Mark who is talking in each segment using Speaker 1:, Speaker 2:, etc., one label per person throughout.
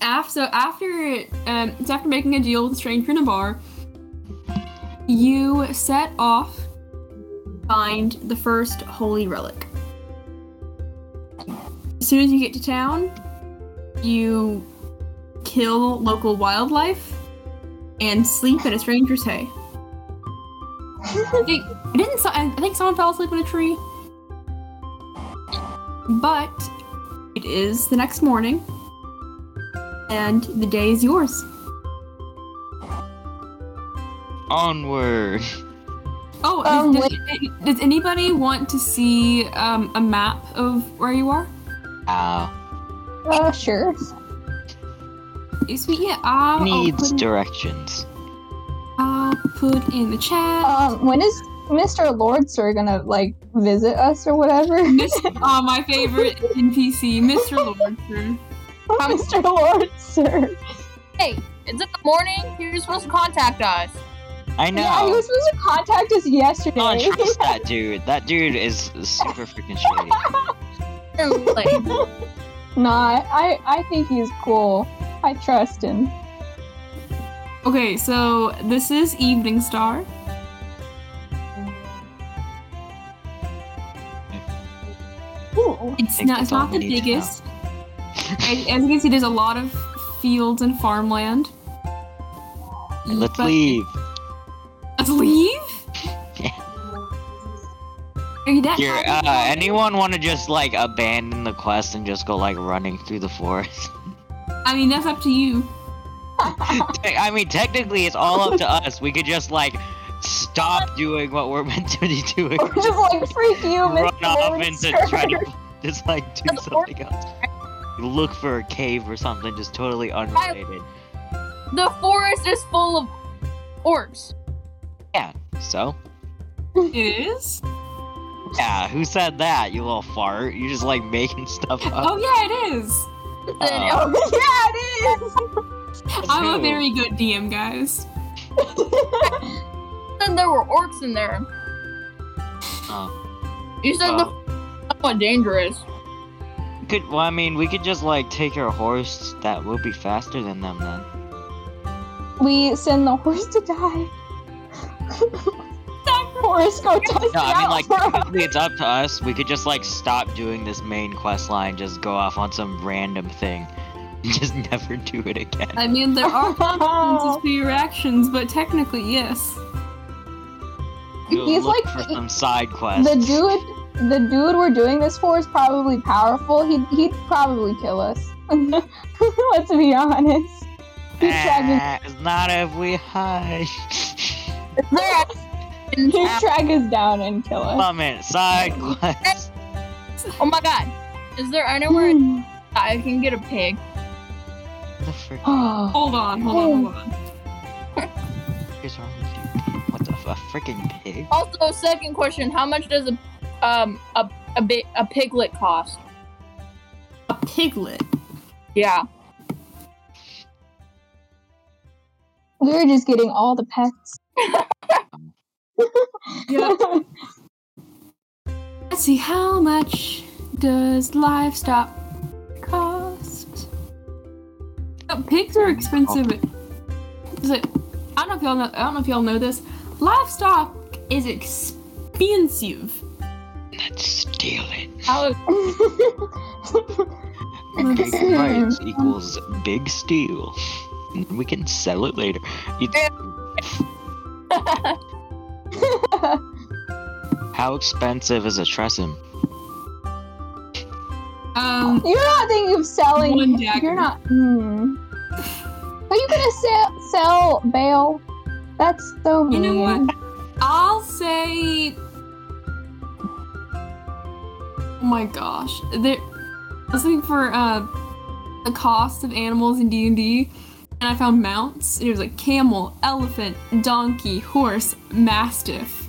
Speaker 1: after so after um, it's after making a deal with a stranger in a bar, you set off find the first holy relic. As soon as you get to town, you kill local wildlife and sleep in a stranger's hay. it, it didn't. so- I think someone fell asleep in a tree. But it is the next morning, and the day is yours.
Speaker 2: Onward.
Speaker 1: Oh,
Speaker 3: Um,
Speaker 1: does, does- does anybody want to see um, a map of where you are?
Speaker 2: Ow.
Speaker 3: Uh, sure.
Speaker 1: Yes, we- Yeah, I'll, I'll,
Speaker 2: Needs
Speaker 1: put in,
Speaker 2: directions.
Speaker 1: I'll put in the chat.
Speaker 3: Um, when is Mr. Lordster gonna like visit us or whatever?
Speaker 1: Miss, oh, my favorite NPC, Mr. Lordstrom.
Speaker 3: Mr. Lordster.
Speaker 4: It's in the morning. You're supposed to contact us.
Speaker 2: I
Speaker 3: Yeah, he
Speaker 2: know.
Speaker 3: was supposed to contact us yesterday.
Speaker 2: I don't trust that dude. That dude is super freaking shady.
Speaker 4: Like,
Speaker 3: Not. I. I think he's cool. I trust him.
Speaker 1: Okay, so this is Evening Star.
Speaker 3: Ooh.
Speaker 1: It's
Speaker 2: think
Speaker 1: not,
Speaker 2: that's
Speaker 1: it's
Speaker 2: all
Speaker 1: not
Speaker 2: we
Speaker 1: the
Speaker 2: need to know.
Speaker 1: biggest. As, as you can see, there's a lot of fields and farmland.
Speaker 2: Let's
Speaker 1: But-
Speaker 2: leave.
Speaker 1: Let's leave?
Speaker 2: Yeah.
Speaker 1: Are you that
Speaker 2: Here,
Speaker 1: happy
Speaker 2: uh,
Speaker 1: about it?
Speaker 2: anyone want to just like abandon the quest and just go like running through the forest?
Speaker 1: I mean, that's up to you.
Speaker 2: Te- I mean, technically, it's all up to us. We could just like stop doing what we're meant to be doing,
Speaker 3: Just like freak you,
Speaker 2: run
Speaker 3: Mr.
Speaker 2: off into
Speaker 3: Lordster.
Speaker 2: try to just like do
Speaker 4: That's or-
Speaker 2: something else. Look for a cave or something, just totally unrelated.
Speaker 4: the forest is full of orcs.
Speaker 2: So,
Speaker 1: It is?
Speaker 2: yeah, who said that? You little fart. You just like making stuff up.
Speaker 1: Oh, yeah, it is.
Speaker 2: Uh,
Speaker 3: Oh, yeah, it is.
Speaker 1: I'm a
Speaker 2: Ooh.
Speaker 1: very good DM, guys.
Speaker 4: Then there were orcs in there.
Speaker 2: Oh.
Speaker 4: You said
Speaker 2: well.
Speaker 4: the somewhat dangerous.
Speaker 2: Could well, I mean, we could just like take our horse that will be faster than them then.
Speaker 3: We send the horse to die. horse go test
Speaker 2: No,
Speaker 3: it
Speaker 2: I mean
Speaker 3: out
Speaker 2: like
Speaker 3: for us.
Speaker 2: technically it's up to us. We could just like stop doing this main quest line, just go off on some random thing, and just never do it again.
Speaker 3: Uh,
Speaker 1: I mean, there are consequences for your actions, but technically, yes.
Speaker 2: We'll
Speaker 3: he's
Speaker 2: look
Speaker 3: like
Speaker 2: for
Speaker 3: the-
Speaker 2: some side quests.
Speaker 3: The dude, the dude we're doing this for is probably powerful. He he'd probably kill us. Let's be honest. He's dragging,
Speaker 2: Ah, it's not if we hide.
Speaker 4: Is there actually in
Speaker 3: he'd
Speaker 4: town-
Speaker 3: drag us down and kill us.
Speaker 2: Comment side
Speaker 3: uh,
Speaker 2: quest.
Speaker 4: Oh my god. Is there anywhere
Speaker 3: Hmm.
Speaker 4: that I can get a pig?
Speaker 2: The frick
Speaker 3: oh,
Speaker 1: Hold on, hold on, hold on.
Speaker 2: is wrong with you? What the f- a freaking pig?
Speaker 4: Also, second question: How much does a um a a, bi- a piglet cost?
Speaker 1: A piglet.
Speaker 4: Yeah.
Speaker 3: we're just getting all the pets.
Speaker 1: Yeah. Let's see, how much does livestock cost? Uh, pigs are expensive. Is it, I don't know if y'all know. I don't know if y'all know this. Livestock is expensive.
Speaker 2: Let's steal it.
Speaker 4: How is
Speaker 2: Big price equals big steal. We can sell it later. It's- How expensive is a tressum?
Speaker 1: Um,
Speaker 3: You're not thinking of selling.
Speaker 1: One dagger.
Speaker 3: You're not. Hmm. Are you gonna sell sell bail? That's so
Speaker 1: you
Speaker 3: mean.
Speaker 1: know what? I'll say. Oh my gosh, there. I was looking for uh, the cost of animals in D and D, and I found mounts. It was like camel, elephant, donkey, horse, mastiff.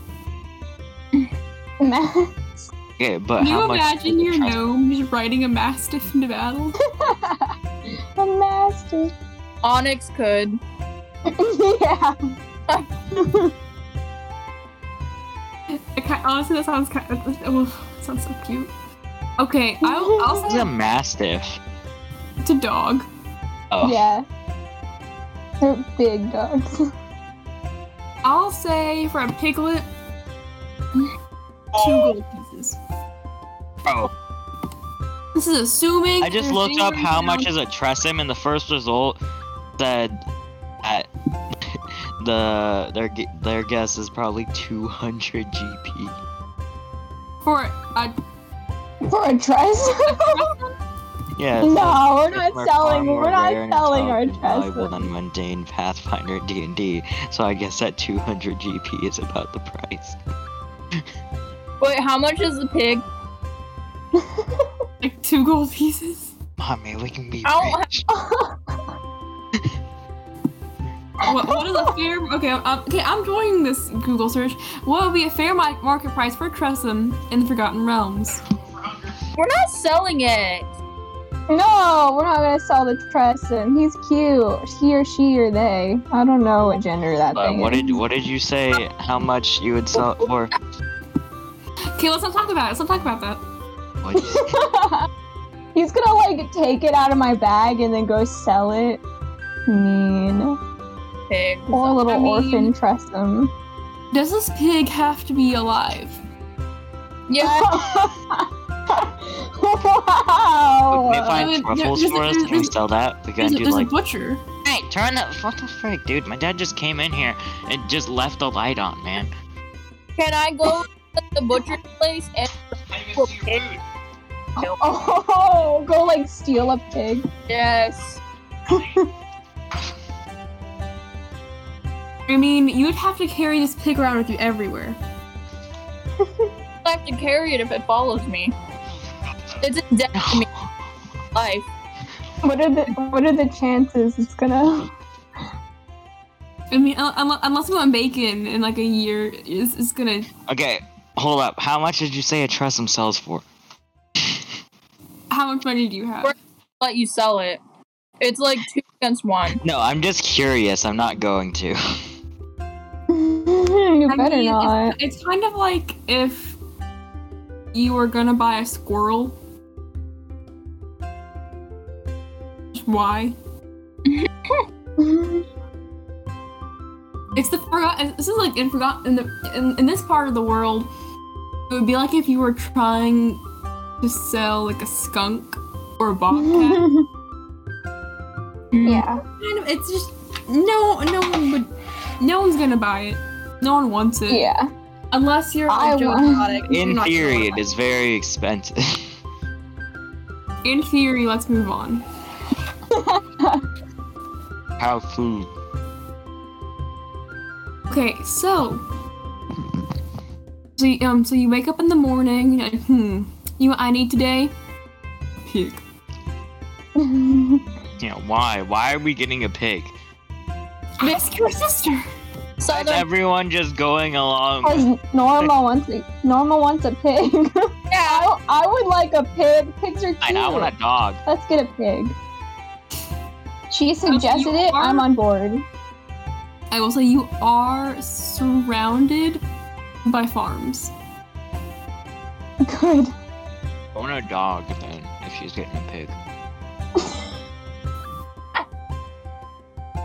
Speaker 2: Okay, but
Speaker 1: Can
Speaker 2: how
Speaker 1: you
Speaker 2: much?
Speaker 1: imagine your
Speaker 2: trust-
Speaker 1: gnome just riding a mastiff into battle?
Speaker 3: the master.
Speaker 4: Onyx could?
Speaker 3: yeah.
Speaker 1: I ki- honestly, that sounds kind of. Oh, that sounds so cute. Okay, I'll, I'll
Speaker 2: He's
Speaker 1: say
Speaker 2: a mastiff.
Speaker 1: it's a dog.
Speaker 2: Oh.
Speaker 3: Yeah. They're big dogs.
Speaker 1: I'll say for a piglet, two
Speaker 2: Oh.
Speaker 1: gold pieces.
Speaker 2: oh.
Speaker 1: This is assuming.
Speaker 2: I just
Speaker 1: there's
Speaker 2: looked up
Speaker 1: zero
Speaker 2: how
Speaker 1: down-
Speaker 2: much is a tressum, and the first result said that the their gu- their guess is probably 200 GP.
Speaker 1: for uh, a
Speaker 3: For a dress?
Speaker 2: Yeah.
Speaker 3: no,
Speaker 2: it says it's
Speaker 3: we're not
Speaker 2: more- far
Speaker 3: selling.
Speaker 2: more
Speaker 3: We're
Speaker 2: rare
Speaker 3: not
Speaker 2: and
Speaker 3: selling our
Speaker 2: intelligent, Valuable
Speaker 3: dresses.
Speaker 2: than mundane Pathfinder D&D, so I guess that 200 GP is about the price.
Speaker 4: Wait, how much is the pig?
Speaker 1: like two gold pieces.
Speaker 2: Mommy, we can be
Speaker 4: I don't
Speaker 2: rich.
Speaker 1: What, what is a fair? Okay, I'm, okay, I'm doing this Google search. What would be a fair mi- market price for Tressum in the Forgotten Realms?
Speaker 4: We're not selling it.
Speaker 3: No, we're not gonna sell the Tresson. He's cute. He or she or they. I don't know what gender that
Speaker 2: Uh,
Speaker 3: thing
Speaker 2: what
Speaker 3: is.
Speaker 2: did what did you say? How much you would sell it for?
Speaker 1: Okay, let's not talk about it. Let's not talk about that.
Speaker 2: What'd you say?
Speaker 3: He's gonna like take it out of my bag and then go sell it. Mean.
Speaker 4: Pig.
Speaker 3: Poor little
Speaker 1: I mean-
Speaker 3: orphan Tressum.
Speaker 1: Does this pig have to be alive?
Speaker 4: Yeah.
Speaker 2: Can we
Speaker 3: wow.
Speaker 1: Uh,
Speaker 2: find truffles
Speaker 1: there's a-
Speaker 2: for us? Can we
Speaker 1: there's-
Speaker 2: sell that? We
Speaker 1: There's,
Speaker 2: gotta
Speaker 1: a-
Speaker 2: do
Speaker 1: there's
Speaker 2: like.
Speaker 1: a butcher.
Speaker 2: Hey, turn the what the frick, dude? My dad just came in here and just left the light on, man.
Speaker 4: Can I go to the butcher's place and for pig?
Speaker 3: Oh, go like steal a pig.
Speaker 4: Yes.
Speaker 1: I mean, you would have to carry this pig around with you everywhere.
Speaker 4: I have to carry it if it follows me. It's a death to me. Life.
Speaker 3: What are the What are the chances it's gonna?
Speaker 1: I mean, un- un- unless we want bacon in like a year, it's, it's gonna.
Speaker 2: Okay, hold up. How much did you say a tressum sells for?
Speaker 1: How much money do you have?
Speaker 4: We're- Let you sell it. It's like two against one.
Speaker 2: No, I'm just curious. I'm not going to.
Speaker 3: you
Speaker 1: I
Speaker 3: better
Speaker 1: mean, it's-
Speaker 3: not.
Speaker 1: It's, kind of like if you were gonna buy a squirrel. Why? It's the forgotten. This is like in forgotten in the in, in this part of the world. It would be like if you were trying to sell like a skunk or a bobcat.
Speaker 3: yeah.
Speaker 1: kind of, it's just no no one would no one's gonna buy it. No one wants it
Speaker 3: Yeah.
Speaker 1: unless you're
Speaker 3: I
Speaker 1: a Joe
Speaker 3: want-
Speaker 1: Exotic, you're
Speaker 2: In
Speaker 1: not gonna
Speaker 2: theory,
Speaker 1: want
Speaker 2: it is very expensive.
Speaker 1: it. In theory, let's move on.
Speaker 2: How food?
Speaker 1: Okay, so so you, um so you wake up in the morning and you're like, hmm you know what I need today pig.
Speaker 2: You know why? Why are we getting a pig?
Speaker 1: Ask your sister.
Speaker 2: Is
Speaker 4: Southern
Speaker 2: everyone just going along? with-
Speaker 3: Because Norma wants a Norma wants a pig.
Speaker 4: yeah.
Speaker 3: I, I would like a pig. Pigs are cute.
Speaker 2: Fine, I want a dog.
Speaker 3: Let's get a pig. She suggested it.
Speaker 1: Oh, are-
Speaker 3: I'm on board.
Speaker 1: I will say you are surrounded by farms.
Speaker 3: Good.
Speaker 2: I want a dog then. If she's getting a pig.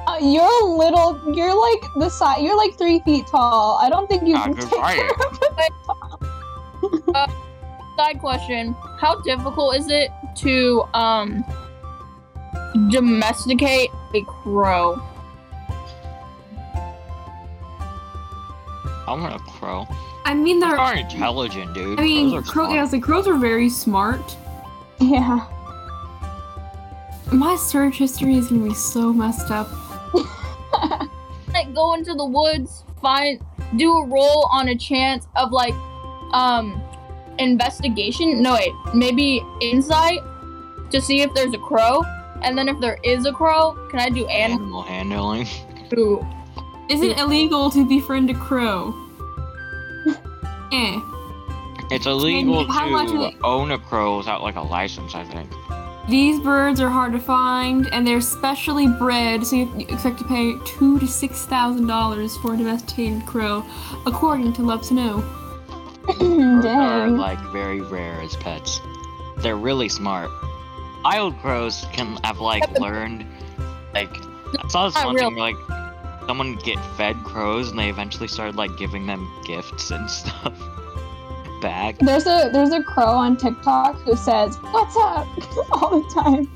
Speaker 3: Uh, you're a little. You're like the size. You're like three feet tall. I don't think you
Speaker 2: Ah,
Speaker 3: can
Speaker 2: good
Speaker 3: take
Speaker 2: fire.
Speaker 4: Side question: How difficult is it to um domesticate a crow?
Speaker 2: I want a crow.
Speaker 1: I mean
Speaker 2: They
Speaker 1: there
Speaker 2: are intelligent, dude.
Speaker 1: I mean,
Speaker 2: Crows are
Speaker 1: crow,
Speaker 2: smart.
Speaker 1: yeah, the crows are very smart.
Speaker 3: Yeah.
Speaker 1: My search history is gonna be so messed up.
Speaker 4: Like go into the woods, find, do a roll on a chance of like um investigation. No wait, maybe insight to see if there's a crow. And then if there is a crow, can I do animal?
Speaker 2: Animal handling.
Speaker 4: Ooh.
Speaker 1: Is it illegal to befriend a crow? eh.
Speaker 2: It's illegal
Speaker 1: how much
Speaker 2: to
Speaker 1: it-
Speaker 2: own a crow without like a license, I think.
Speaker 1: These birds are hard to find, and they're specially bred, so you you expect to pay two to six thousand dollars for a domesticated crow, according to Love to Know.
Speaker 2: Crows are
Speaker 3: Dang.
Speaker 2: like very rare as pets. They're really smart. Wild crows can have like learned Like I saw this
Speaker 4: Not
Speaker 2: one
Speaker 4: real.
Speaker 2: thing like someone get fed crows and they eventually started like giving them gifts and stuff back.
Speaker 3: There's a there's a crow on TikTok who says "What's up" all the time.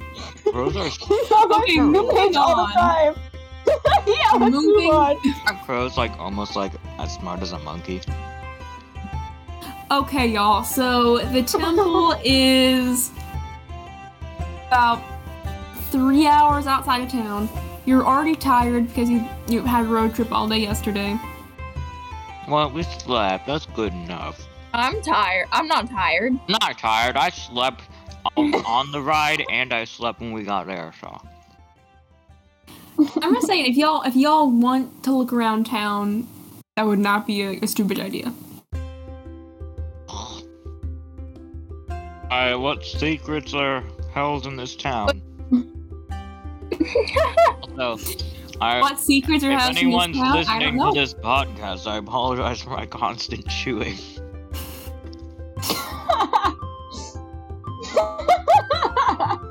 Speaker 2: Crows are
Speaker 3: He's on
Speaker 1: Okay,
Speaker 3: my for You
Speaker 1: moving
Speaker 3: page all the
Speaker 1: on.
Speaker 3: time. yeah, let's
Speaker 1: Moving-
Speaker 3: move on.
Speaker 2: aren't crows like almost like as smart as a monkey.
Speaker 1: Okay, y'all. So the temple is about three hours outside of town. You're already tired because you you had a road trip all day yesterday.
Speaker 2: Well, we slept. That's good enough.
Speaker 4: I'm tired. I'm not tired.
Speaker 2: Not tired. I slept on, on the ride and I slept when we got there. So
Speaker 1: I'm just saying, if y'all if y'all want to look around town, that would not be a, a stupid idea.
Speaker 2: all right, what secrets are held in this town? so, I,
Speaker 1: What secrets are
Speaker 2: Uh, if
Speaker 1: housed in
Speaker 2: anyone's
Speaker 1: this town? I don't
Speaker 2: listening
Speaker 1: know.
Speaker 2: to this podcast, I apologize for my constant chewing.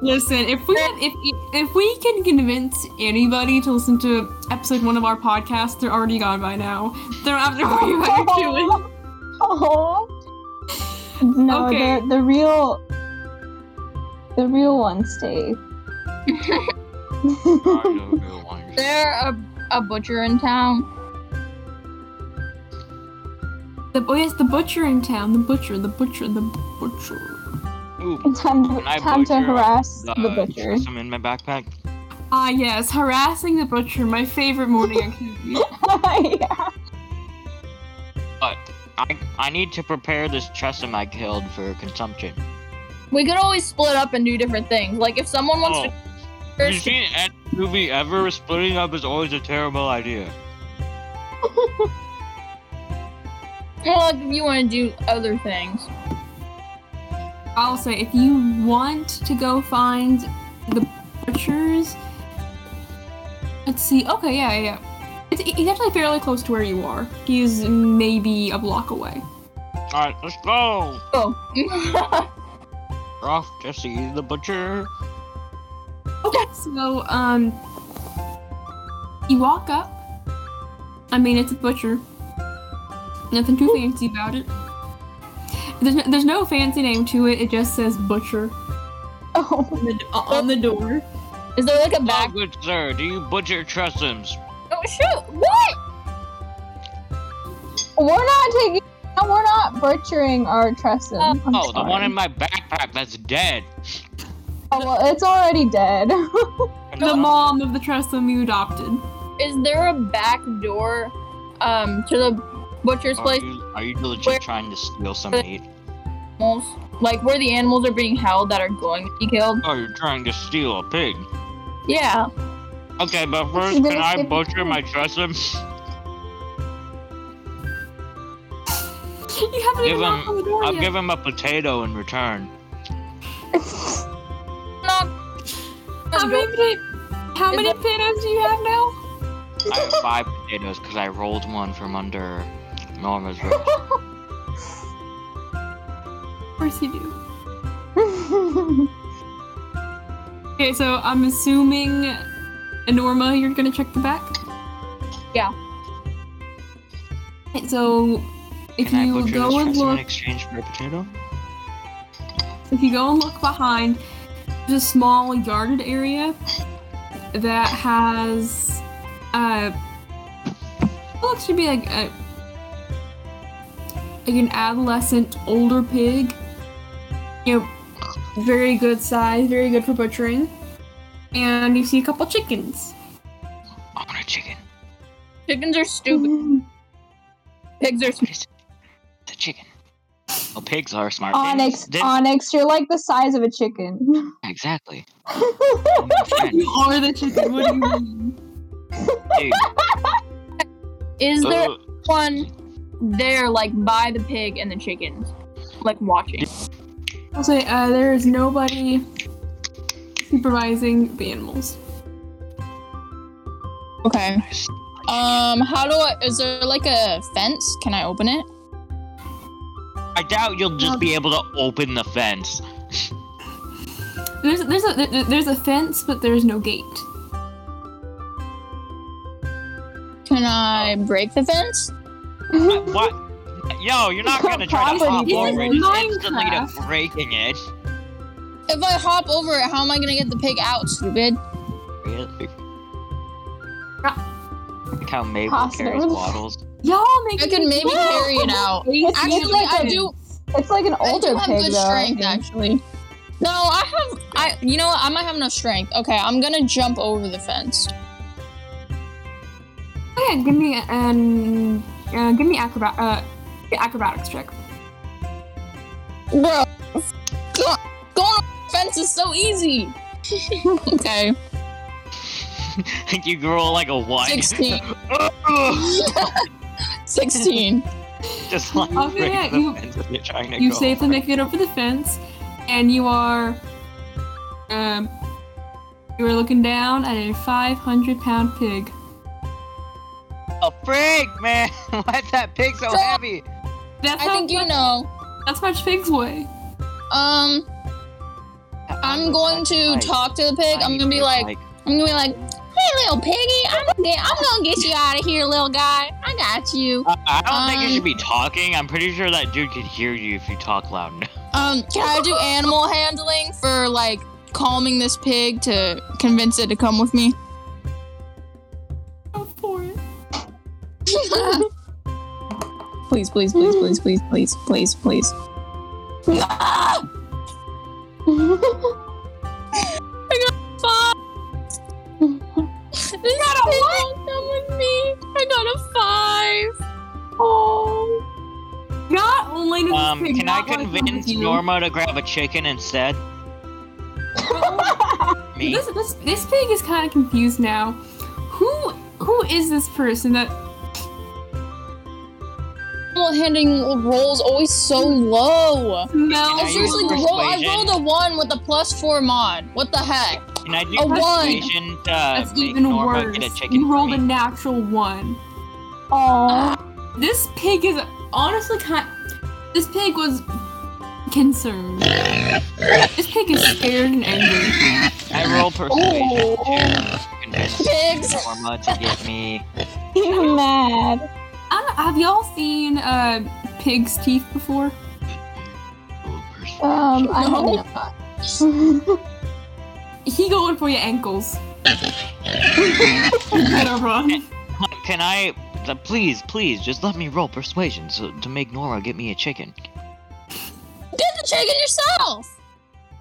Speaker 1: Listen, if we if if we can convince anybody to listen to episode one of our podcast, they're already gone by now. They're after what you are doing.
Speaker 3: Oh. No,
Speaker 1: Okay.
Speaker 3: the the real the real one stay.
Speaker 2: I don't know why.
Speaker 4: There a a butcher in town.
Speaker 1: The oh yes, the butcher in town. The butcher, the butcher, the butcher.
Speaker 2: Ooh,
Speaker 3: time to,
Speaker 2: Can I
Speaker 3: time to
Speaker 2: butcher
Speaker 3: harass
Speaker 2: the,
Speaker 3: the butcher.
Speaker 2: some in my backpack.
Speaker 1: Ah yes, harassing the butcher. My favorite morning activity.
Speaker 3: yeah.
Speaker 2: But I I need to prepare this chestnut I killed for consumption.
Speaker 4: We could always split up and do different things. Like if someone wants
Speaker 2: Oh,
Speaker 4: to
Speaker 2: you seen any movie ever? Splitting up is always a terrible idea.
Speaker 4: Well, like if you want to do other things.
Speaker 1: Also, if you want to go find the butchers, let's see. Okay, yeah, yeah, yeah. It's, he's actually fairly close to where you are. He's maybe a block away.
Speaker 2: Alright, let's go!
Speaker 4: Oh.
Speaker 2: We're off to see the butcher.
Speaker 1: Okay. So, um, you walk up. I mean, it's a butcher. Nothing too fancy about it. There's no, there's no fancy name to it. It just says butcher
Speaker 3: Oh,
Speaker 1: on the, on the door.
Speaker 4: Is there like a
Speaker 2: Back.
Speaker 4: back?
Speaker 2: Oh, good sir, do you butcher trestums?
Speaker 4: Oh shoot! What?
Speaker 3: we're not taking. no, We're not butchering our Tresson.
Speaker 4: Oh,
Speaker 3: I'm
Speaker 2: Oh, the one
Speaker 3: sorry.
Speaker 2: in my backpack that's dead.
Speaker 3: Oh, well, it's already dead.
Speaker 1: The mom of the Tressum you adopted.
Speaker 4: Is there a back door, um, to the butcher's
Speaker 2: Are
Speaker 4: place?
Speaker 2: you, are you legit
Speaker 4: Where-
Speaker 2: trying to steal some
Speaker 4: Where-
Speaker 2: meat?
Speaker 4: Animals, like where the animals are being held that are going to be killed.
Speaker 2: Oh, you're trying to steal a pig.
Speaker 4: Yeah.
Speaker 2: Okay, but first,
Speaker 3: gonna
Speaker 2: can I
Speaker 3: skip
Speaker 2: butcher
Speaker 3: the
Speaker 2: my trestum?
Speaker 1: You haven't
Speaker 2: Give
Speaker 1: even knocked
Speaker 2: him-
Speaker 1: on the door
Speaker 2: I'll
Speaker 1: yet.
Speaker 2: give him a potato in return.
Speaker 4: Knock.
Speaker 1: how
Speaker 4: Door-
Speaker 1: many, pit- how
Speaker 4: Is
Speaker 1: many
Speaker 4: that-
Speaker 1: potatoes do you have now?
Speaker 2: I have five potatoes because I rolled one from under Norma's room.
Speaker 1: Of course you do. Okay, so I'm assuming, Norma, you're gonna check the back?
Speaker 4: Yeah.
Speaker 1: Okay, So, if
Speaker 2: Can I
Speaker 1: you
Speaker 2: butcher
Speaker 1: go
Speaker 2: this
Speaker 1: and
Speaker 2: trestle
Speaker 1: look,
Speaker 2: in exchange for a potato?
Speaker 1: if you go and look behind, there's a small yarded area that has, uh, it looks to be like a, like an adolescent older pig. You know, very good size, very good for butchering. And you see a couple chickens.
Speaker 2: I want a chicken.
Speaker 4: Chickens are stupid. Pigs are stupid.
Speaker 2: The chicken. Well, pigs are smart.
Speaker 3: Onyx,
Speaker 2: They- they-
Speaker 3: Onyx, you're like the size of a chicken.
Speaker 2: Exactly.
Speaker 1: You are the chicken. What do you mean?
Speaker 2: Dude,
Speaker 4: Is there
Speaker 2: uh,
Speaker 4: one there, like by the pig and the chickens, like watching?
Speaker 1: I'll say uh, there is nobody supervising the animals.
Speaker 4: Okay. Um, how do I? Is there like a fence? Can I open it?
Speaker 2: I doubt you'll just be able to open the fence.
Speaker 1: There's there's a there- there's a fence, but there's no gate.
Speaker 4: Can I break the fence?
Speaker 2: What? what? Yo, you're not gonna try to hop
Speaker 3: Property
Speaker 2: over it.
Speaker 1: damage.
Speaker 2: Just instantly to
Speaker 1: Minecraft.
Speaker 2: breaking it.
Speaker 4: If I hop over it, how am I gonna get the pig out, stupid?
Speaker 2: Really? Like how Mabel carries
Speaker 3: Possible.
Speaker 2: waddles.
Speaker 1: Y'all make
Speaker 4: I can maybe carry it out.
Speaker 3: It's
Speaker 4: Actually,
Speaker 3: usually
Speaker 4: I
Speaker 3: an-
Speaker 4: do-
Speaker 3: It's like an
Speaker 4: I
Speaker 3: older
Speaker 4: do have
Speaker 3: pig,
Speaker 4: good
Speaker 3: though. I
Speaker 4: strength,
Speaker 3: think.
Speaker 4: actually. No, I have. I. You know what? I might have no strength. Okay, I'm gonna jump over the fence.
Speaker 1: Yeah, give me an uh, give me acrobat uh the acrobatics check.
Speaker 4: Bro, go- going over the fence is so easy. okay,
Speaker 2: you grow like a one.
Speaker 4: sixteen.
Speaker 2: Ugh.
Speaker 4: Sixteen.
Speaker 2: Just like
Speaker 4: Oh,
Speaker 1: Okay,
Speaker 2: break
Speaker 1: yeah,
Speaker 2: the
Speaker 1: you-
Speaker 2: fence that you're trying to
Speaker 1: You
Speaker 2: go
Speaker 1: safely
Speaker 2: over.
Speaker 1: make it over the fence, and you are um you are looking down at a 500 pound pig.
Speaker 2: A pig, man! Why is that pig so
Speaker 4: Fuck.
Speaker 2: heavy?
Speaker 1: That's
Speaker 4: I
Speaker 1: how
Speaker 4: think you know.
Speaker 1: that's much pigs weigh.
Speaker 4: Um, I'm going to talk to the pig. I'm gonna be like, I'm gonna be like, hey, little piggy, I'm gonna get, I'm gonna get you out of here, little guy. I got you.
Speaker 2: I I don't think
Speaker 4: um,
Speaker 2: you should be talking. I'm pretty sure that dude could hear you if you talk loud enough.
Speaker 4: Um, can I do animal handling for like calming this pig to convince it to come with me?
Speaker 1: Go for it.
Speaker 4: please, please, please, please, please, please, please, please. Ah, fuck! This pig won't come with me. I got a five.
Speaker 1: Oh. Not only does this
Speaker 2: Um,
Speaker 1: pig
Speaker 2: can I
Speaker 1: not wanna come with
Speaker 2: convince
Speaker 1: you-
Speaker 2: Norma to grab a chicken instead? Me?
Speaker 1: This, this this pig is kind of confused now. Who who is this person that
Speaker 4: Animal handling rolls always so low.
Speaker 1: smells?
Speaker 2: Now
Speaker 4: I
Speaker 2: you
Speaker 4: seriously
Speaker 2: use
Speaker 4: roll, I
Speaker 2: persuasion.
Speaker 4: rolled a one with a plus four mod. What the heck?
Speaker 2: Can I do
Speaker 4: A one.
Speaker 2: persuasion to
Speaker 1: That's
Speaker 2: make
Speaker 1: even
Speaker 2: uh, Norma
Speaker 1: worse.
Speaker 2: get a chicken
Speaker 1: You
Speaker 2: for
Speaker 1: rolled
Speaker 2: me?
Speaker 1: a natural one.
Speaker 3: Aw.
Speaker 1: This pig is honestly kind. This pig was concerned. this pig is scared and angry.
Speaker 2: I roll persuasion
Speaker 3: Oh.
Speaker 2: to convince
Speaker 4: Pigs.
Speaker 2: Norma to get me.
Speaker 3: You're mad.
Speaker 1: I don't, have y'all seen uh, pig's teeth before?
Speaker 3: Um, I
Speaker 4: No.
Speaker 3: hope not.
Speaker 1: He going for your ankles. you better run.
Speaker 2: Can I? uh, Please, please, just let me roll persuasion so, to make Norma get me a chicken.
Speaker 4: Get the chicken yourself.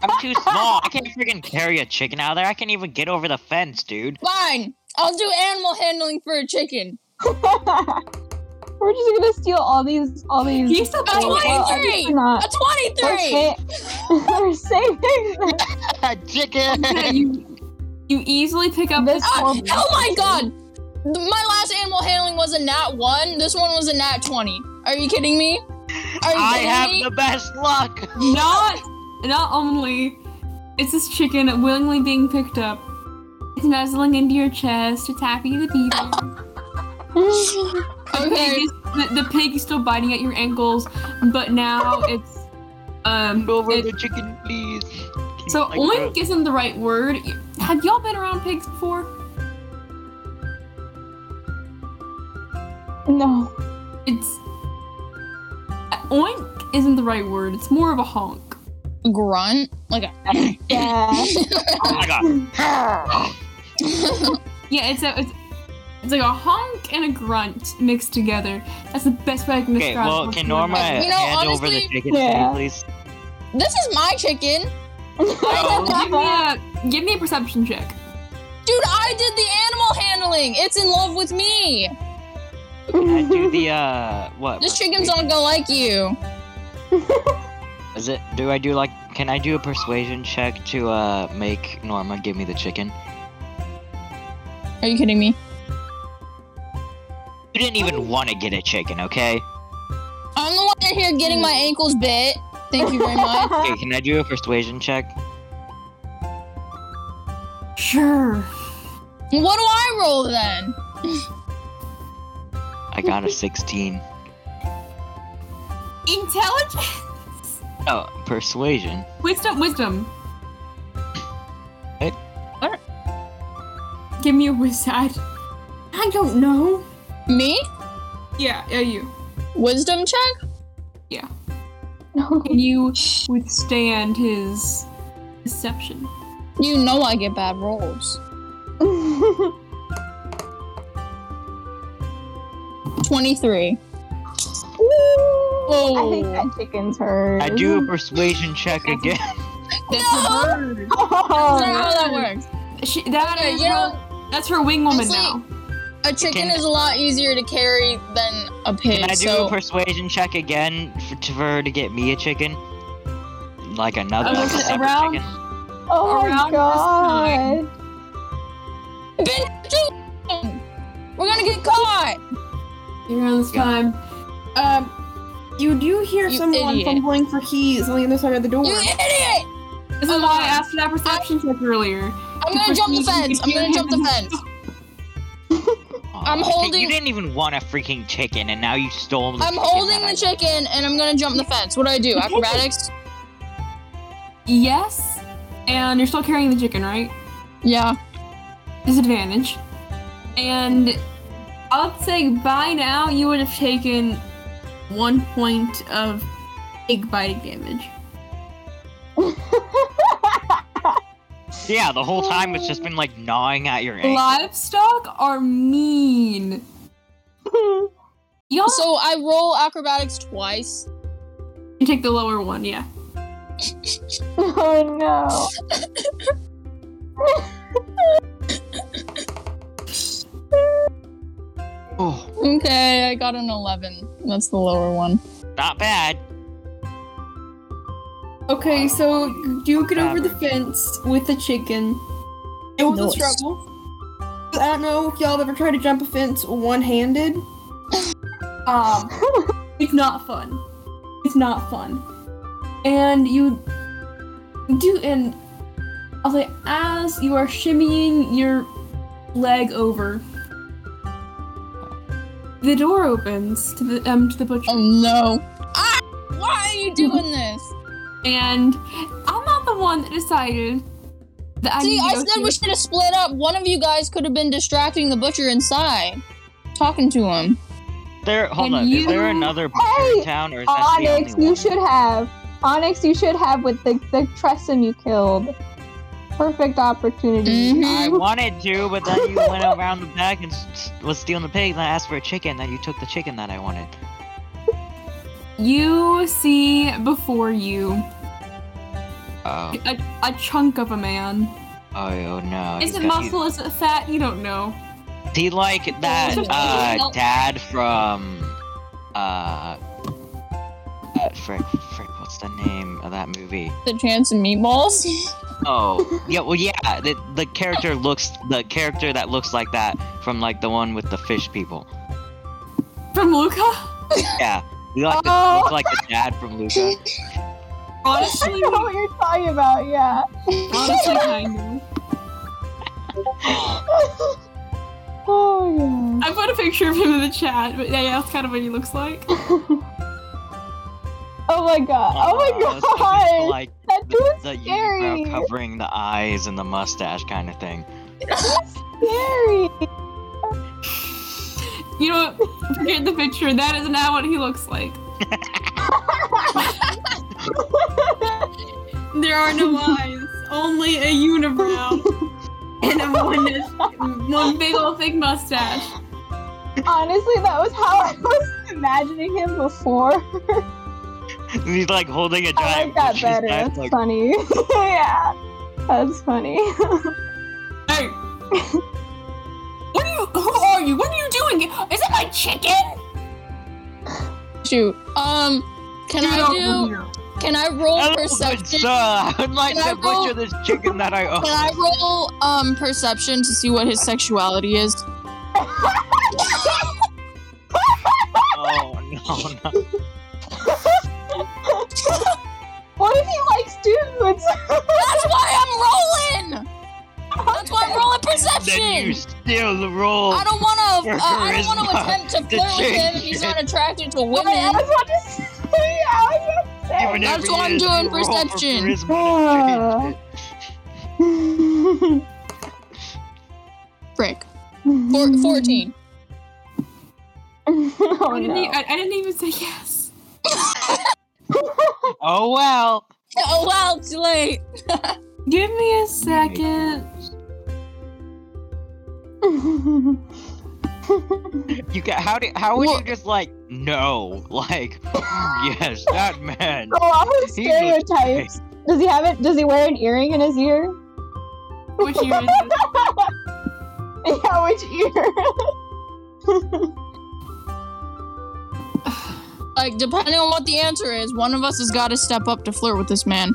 Speaker 2: I'm too small. I can't freaking carry a chicken out of there. I can't even get over the fence, dude.
Speaker 4: Fine. I'll do animal handling for a chicken.
Speaker 3: We're just gonna steal all these, all these.
Speaker 1: He's a
Speaker 4: I
Speaker 1: boy.
Speaker 4: want-
Speaker 3: well, I guess we're not.
Speaker 4: A
Speaker 3: We're,
Speaker 4: 23.
Speaker 3: sa- we're saving them.
Speaker 2: chicken.
Speaker 1: Yeah, you, you easily pick up
Speaker 3: This
Speaker 1: this.
Speaker 4: Ah,
Speaker 3: horrible
Speaker 4: oh my god. Th- My last animal handling was a nat 1. This one was a nat 20. Are you kidding me? Are you
Speaker 2: I
Speaker 4: kidding
Speaker 2: have
Speaker 4: me?
Speaker 2: the best luck.
Speaker 1: Not not only is this chicken willingly being picked up, it's nuzzling into your chest, it's happy to be there. The pig
Speaker 4: okay.
Speaker 1: is, the, the pig is still biting at your ankles, but now it's um.
Speaker 2: Hand over
Speaker 1: it-
Speaker 2: the chicken, please. Can
Speaker 1: so
Speaker 2: you, like,
Speaker 1: oink isn't the right word. Have y'all been around pigs before?
Speaker 3: No.
Speaker 1: It's uh, oink isn't the right word. It's more of a honk.
Speaker 4: Grunt. Like a.
Speaker 3: Yeah.
Speaker 2: Oh my god.
Speaker 1: Yeah, it's a it's, it's like a honk and a grunt mixed together. That's the best way I can
Speaker 2: Okay,
Speaker 1: describe.
Speaker 2: well,
Speaker 1: what's
Speaker 2: can
Speaker 1: going
Speaker 2: Norma
Speaker 1: on.
Speaker 4: You know,
Speaker 2: hand over the
Speaker 4: honestly-
Speaker 2: chicken to me,
Speaker 3: Yeah.
Speaker 2: please?
Speaker 4: This is my chicken.
Speaker 1: give
Speaker 2: Oh.
Speaker 1: me a give me a perception check.
Speaker 4: Dude, I did the animal handling. It's in love with me.
Speaker 2: Can I do the, uh, what?
Speaker 4: This chicken's not gonna like you.
Speaker 2: Is it, do I do, like, can I do a persuasion check to, uh, make Norma give me the chicken?
Speaker 4: Are you kidding me?
Speaker 2: You didn't even want to get a chicken, okay?
Speaker 4: I'm the one in here getting my ankles bit. Thank you very much.
Speaker 2: Okay, can I do a persuasion check?
Speaker 1: Sure.
Speaker 4: what do I roll then?
Speaker 2: I got a 16.
Speaker 1: Intelligent.
Speaker 2: Oh, persuasion.
Speaker 1: Wisdom. Wisdom.
Speaker 2: What?
Speaker 1: Give me a wizard. I don't know.
Speaker 4: Me?
Speaker 1: Yeah, yeah, you.
Speaker 4: Wisdom check?
Speaker 1: Can you withstand his deception?
Speaker 4: You know I get bad rolls. 23.
Speaker 3: I think
Speaker 4: Oh.
Speaker 3: that chicken's hers.
Speaker 2: I do a persuasion check again.
Speaker 1: That's
Speaker 4: No!
Speaker 1: her bird.
Speaker 4: That's not
Speaker 3: Oh,
Speaker 4: how that works.
Speaker 1: She, that
Speaker 4: Okay,
Speaker 1: is
Speaker 4: you know-
Speaker 1: her, that's her wing woman
Speaker 4: It's like-
Speaker 1: now.
Speaker 4: A chicken
Speaker 2: Can-
Speaker 4: is a lot easier to carry than a pig.
Speaker 2: Can I do
Speaker 4: so
Speaker 2: a persuasion check again for, to- for her to get me a chicken? Like another,
Speaker 1: I
Speaker 2: like a
Speaker 1: was
Speaker 2: separate
Speaker 1: around-
Speaker 2: chicken?
Speaker 3: oh
Speaker 1: Around
Speaker 3: my
Speaker 1: this
Speaker 3: god.
Speaker 4: Benjamin! We're gonna get caught!
Speaker 1: Around this
Speaker 2: Yeah.
Speaker 1: time,
Speaker 5: Um, you do hear
Speaker 4: You
Speaker 5: someone
Speaker 4: idiot.
Speaker 5: fumbling for keys on the other side of the door.
Speaker 4: You idiot!
Speaker 1: this is
Speaker 4: Hold
Speaker 1: why I
Speaker 4: on.
Speaker 1: asked for that perception check earlier.
Speaker 4: I'm gonna jump the fence. I'm gonna jump the fence.
Speaker 2: Aw,
Speaker 4: I'm
Speaker 2: you didn't- Oh, You
Speaker 4: holding-
Speaker 2: didn't even want a freaking chicken, and now you stole the
Speaker 4: I'm
Speaker 2: chicken
Speaker 4: holding
Speaker 2: that
Speaker 4: the
Speaker 2: I-
Speaker 4: chicken and I'm gonna jump the fence. What do I do? Acrobatics?
Speaker 1: Yes, and you're still carrying the chicken, right?
Speaker 4: Yeah.
Speaker 1: Disadvantage. And I'd say by now you would have taken one point of big biting damage.
Speaker 2: Yeah, the whole time it's just been like gnawing at your ankle.
Speaker 1: Livestock are mean.
Speaker 2: Oh.
Speaker 1: Y'all
Speaker 4: So I roll acrobatics twice.
Speaker 1: you take the lower one, yeah.
Speaker 3: oh no.
Speaker 2: Oh,
Speaker 4: Okay, I got an 11. That's the lower one.
Speaker 2: not bad.
Speaker 5: Okay, so you get over the
Speaker 2: Average.
Speaker 5: fence with the chicken. It was
Speaker 4: Nice.
Speaker 5: a struggle. I don't know if y'all have ever tried to jump a fence one-handed. Um, it's not fun. It's not fun. And you do, and I'll say, as you are shimmying your leg over, the door opens to the um to the butcher.
Speaker 4: Oh no. Ah! Why are you doing this?
Speaker 1: And I'm not the one that decided that I
Speaker 4: See,
Speaker 1: need to
Speaker 4: I
Speaker 1: go
Speaker 4: said we
Speaker 1: here.
Speaker 4: should have split up. One of you guys could have been distracting the butcher inside, talking to him.
Speaker 2: There, hold
Speaker 1: Can
Speaker 2: on. Is
Speaker 1: you-
Speaker 2: there another butcher
Speaker 3: Hey,
Speaker 2: in town, or is that the only
Speaker 3: Oh, Onyx, you
Speaker 2: one?
Speaker 3: should have. Onyx, you should have with the, the Tressim you killed. Perfect opportunity.
Speaker 4: Mhm.
Speaker 2: I
Speaker 1: Mm-hmm.
Speaker 2: wanted to, but then you went around the back and s- s- was stealing the pig. Then I asked for a chicken. Then you took the chicken that I wanted.
Speaker 1: You see before you
Speaker 2: Oh,
Speaker 1: a, a chunk of a man.
Speaker 2: oh, oh no.
Speaker 1: Is
Speaker 2: he's
Speaker 1: it
Speaker 2: got-
Speaker 1: muscle? Is it fat? You don't know.
Speaker 2: He, he like that uh, dad from uh, uh, frick, frick. What's the name of that movie?
Speaker 4: The chance and meatballs.
Speaker 2: Oh, yeah. Well, yeah. The, the character looks the character that looks like that from like the one with the fish people.
Speaker 1: From Luca?
Speaker 2: Yeah, he like the,
Speaker 3: Oh.
Speaker 2: looks like the dad from Luca.
Speaker 1: Honestly,
Speaker 3: I know what you're talking about, yeah.
Speaker 1: honestly, kind of.
Speaker 3: oh,
Speaker 1: I put a picture of him in the chat, but yeah, yeah, that's kind of what he looks like.
Speaker 3: yeah. Oh my god. Oh my
Speaker 2: Uh, so just the,
Speaker 3: god.
Speaker 2: like
Speaker 3: that dude
Speaker 2: the,
Speaker 3: is
Speaker 2: the
Speaker 3: scary.
Speaker 2: unibrow covering the eyes and the mustache kind of thing.
Speaker 3: scary.
Speaker 1: You know what? Forget the picture. That is not what he looks like. there are no eyes, only a unibrow and a one, one big old thick mustache.
Speaker 3: Honestly, that was how I was imagining him before.
Speaker 2: And he's like holding a
Speaker 3: I
Speaker 2: giant
Speaker 3: like that
Speaker 2: fish's
Speaker 3: better.
Speaker 2: knife,
Speaker 3: That's
Speaker 2: like,
Speaker 3: funny. yeah. That's funny.
Speaker 1: Hey. What are you? Who are you? What are you doing? Is it my chicken?
Speaker 4: Shoot. Um, can I do? Can I roll
Speaker 2: "Hello, good
Speaker 4: perception?
Speaker 2: sir, I would like
Speaker 4: Can I
Speaker 2: to butcher
Speaker 4: roll-
Speaker 2: this chicken that I own.
Speaker 4: Can I roll um perception to see what his sexuality is?
Speaker 2: Oh no, no.
Speaker 3: what if he likes dudes?
Speaker 4: That's why I'm rolling. That's why I'm rolling
Speaker 2: Then you
Speaker 4: perception.
Speaker 2: steal the roll.
Speaker 4: I don't want to. Uh, I don't want
Speaker 2: Charisma
Speaker 4: to attempt to
Speaker 2: to
Speaker 4: flirt with him if
Speaker 2: change
Speaker 4: he's
Speaker 2: it.
Speaker 4: not attracted to
Speaker 3: Wait, I
Speaker 4: women.
Speaker 3: was about to say. I was about
Speaker 2: Even if
Speaker 4: That's
Speaker 2: it
Speaker 4: what I'm
Speaker 2: is,
Speaker 4: doing,
Speaker 2: you roll for
Speaker 4: perception.
Speaker 2: charisma to change it.
Speaker 3: to say.
Speaker 4: Frick. Four, Fourteen.
Speaker 3: oh
Speaker 1: I, didn't e-
Speaker 3: no.
Speaker 1: I, I didn't even say yes.
Speaker 2: Oh well.
Speaker 4: Oh well, too late.
Speaker 1: Give me a second.
Speaker 3: Oh,
Speaker 2: You got how do how would
Speaker 4: Well-
Speaker 2: you just like no like yes that man.
Speaker 3: Go off with
Speaker 2: He was
Speaker 3: stereotypes. Does he have it? Does he wear an earring in his ear?
Speaker 1: Which year is it?
Speaker 3: Yeah, which ear?
Speaker 4: Like, depending on what the answer is, one of us has got to step up to flirt with this man.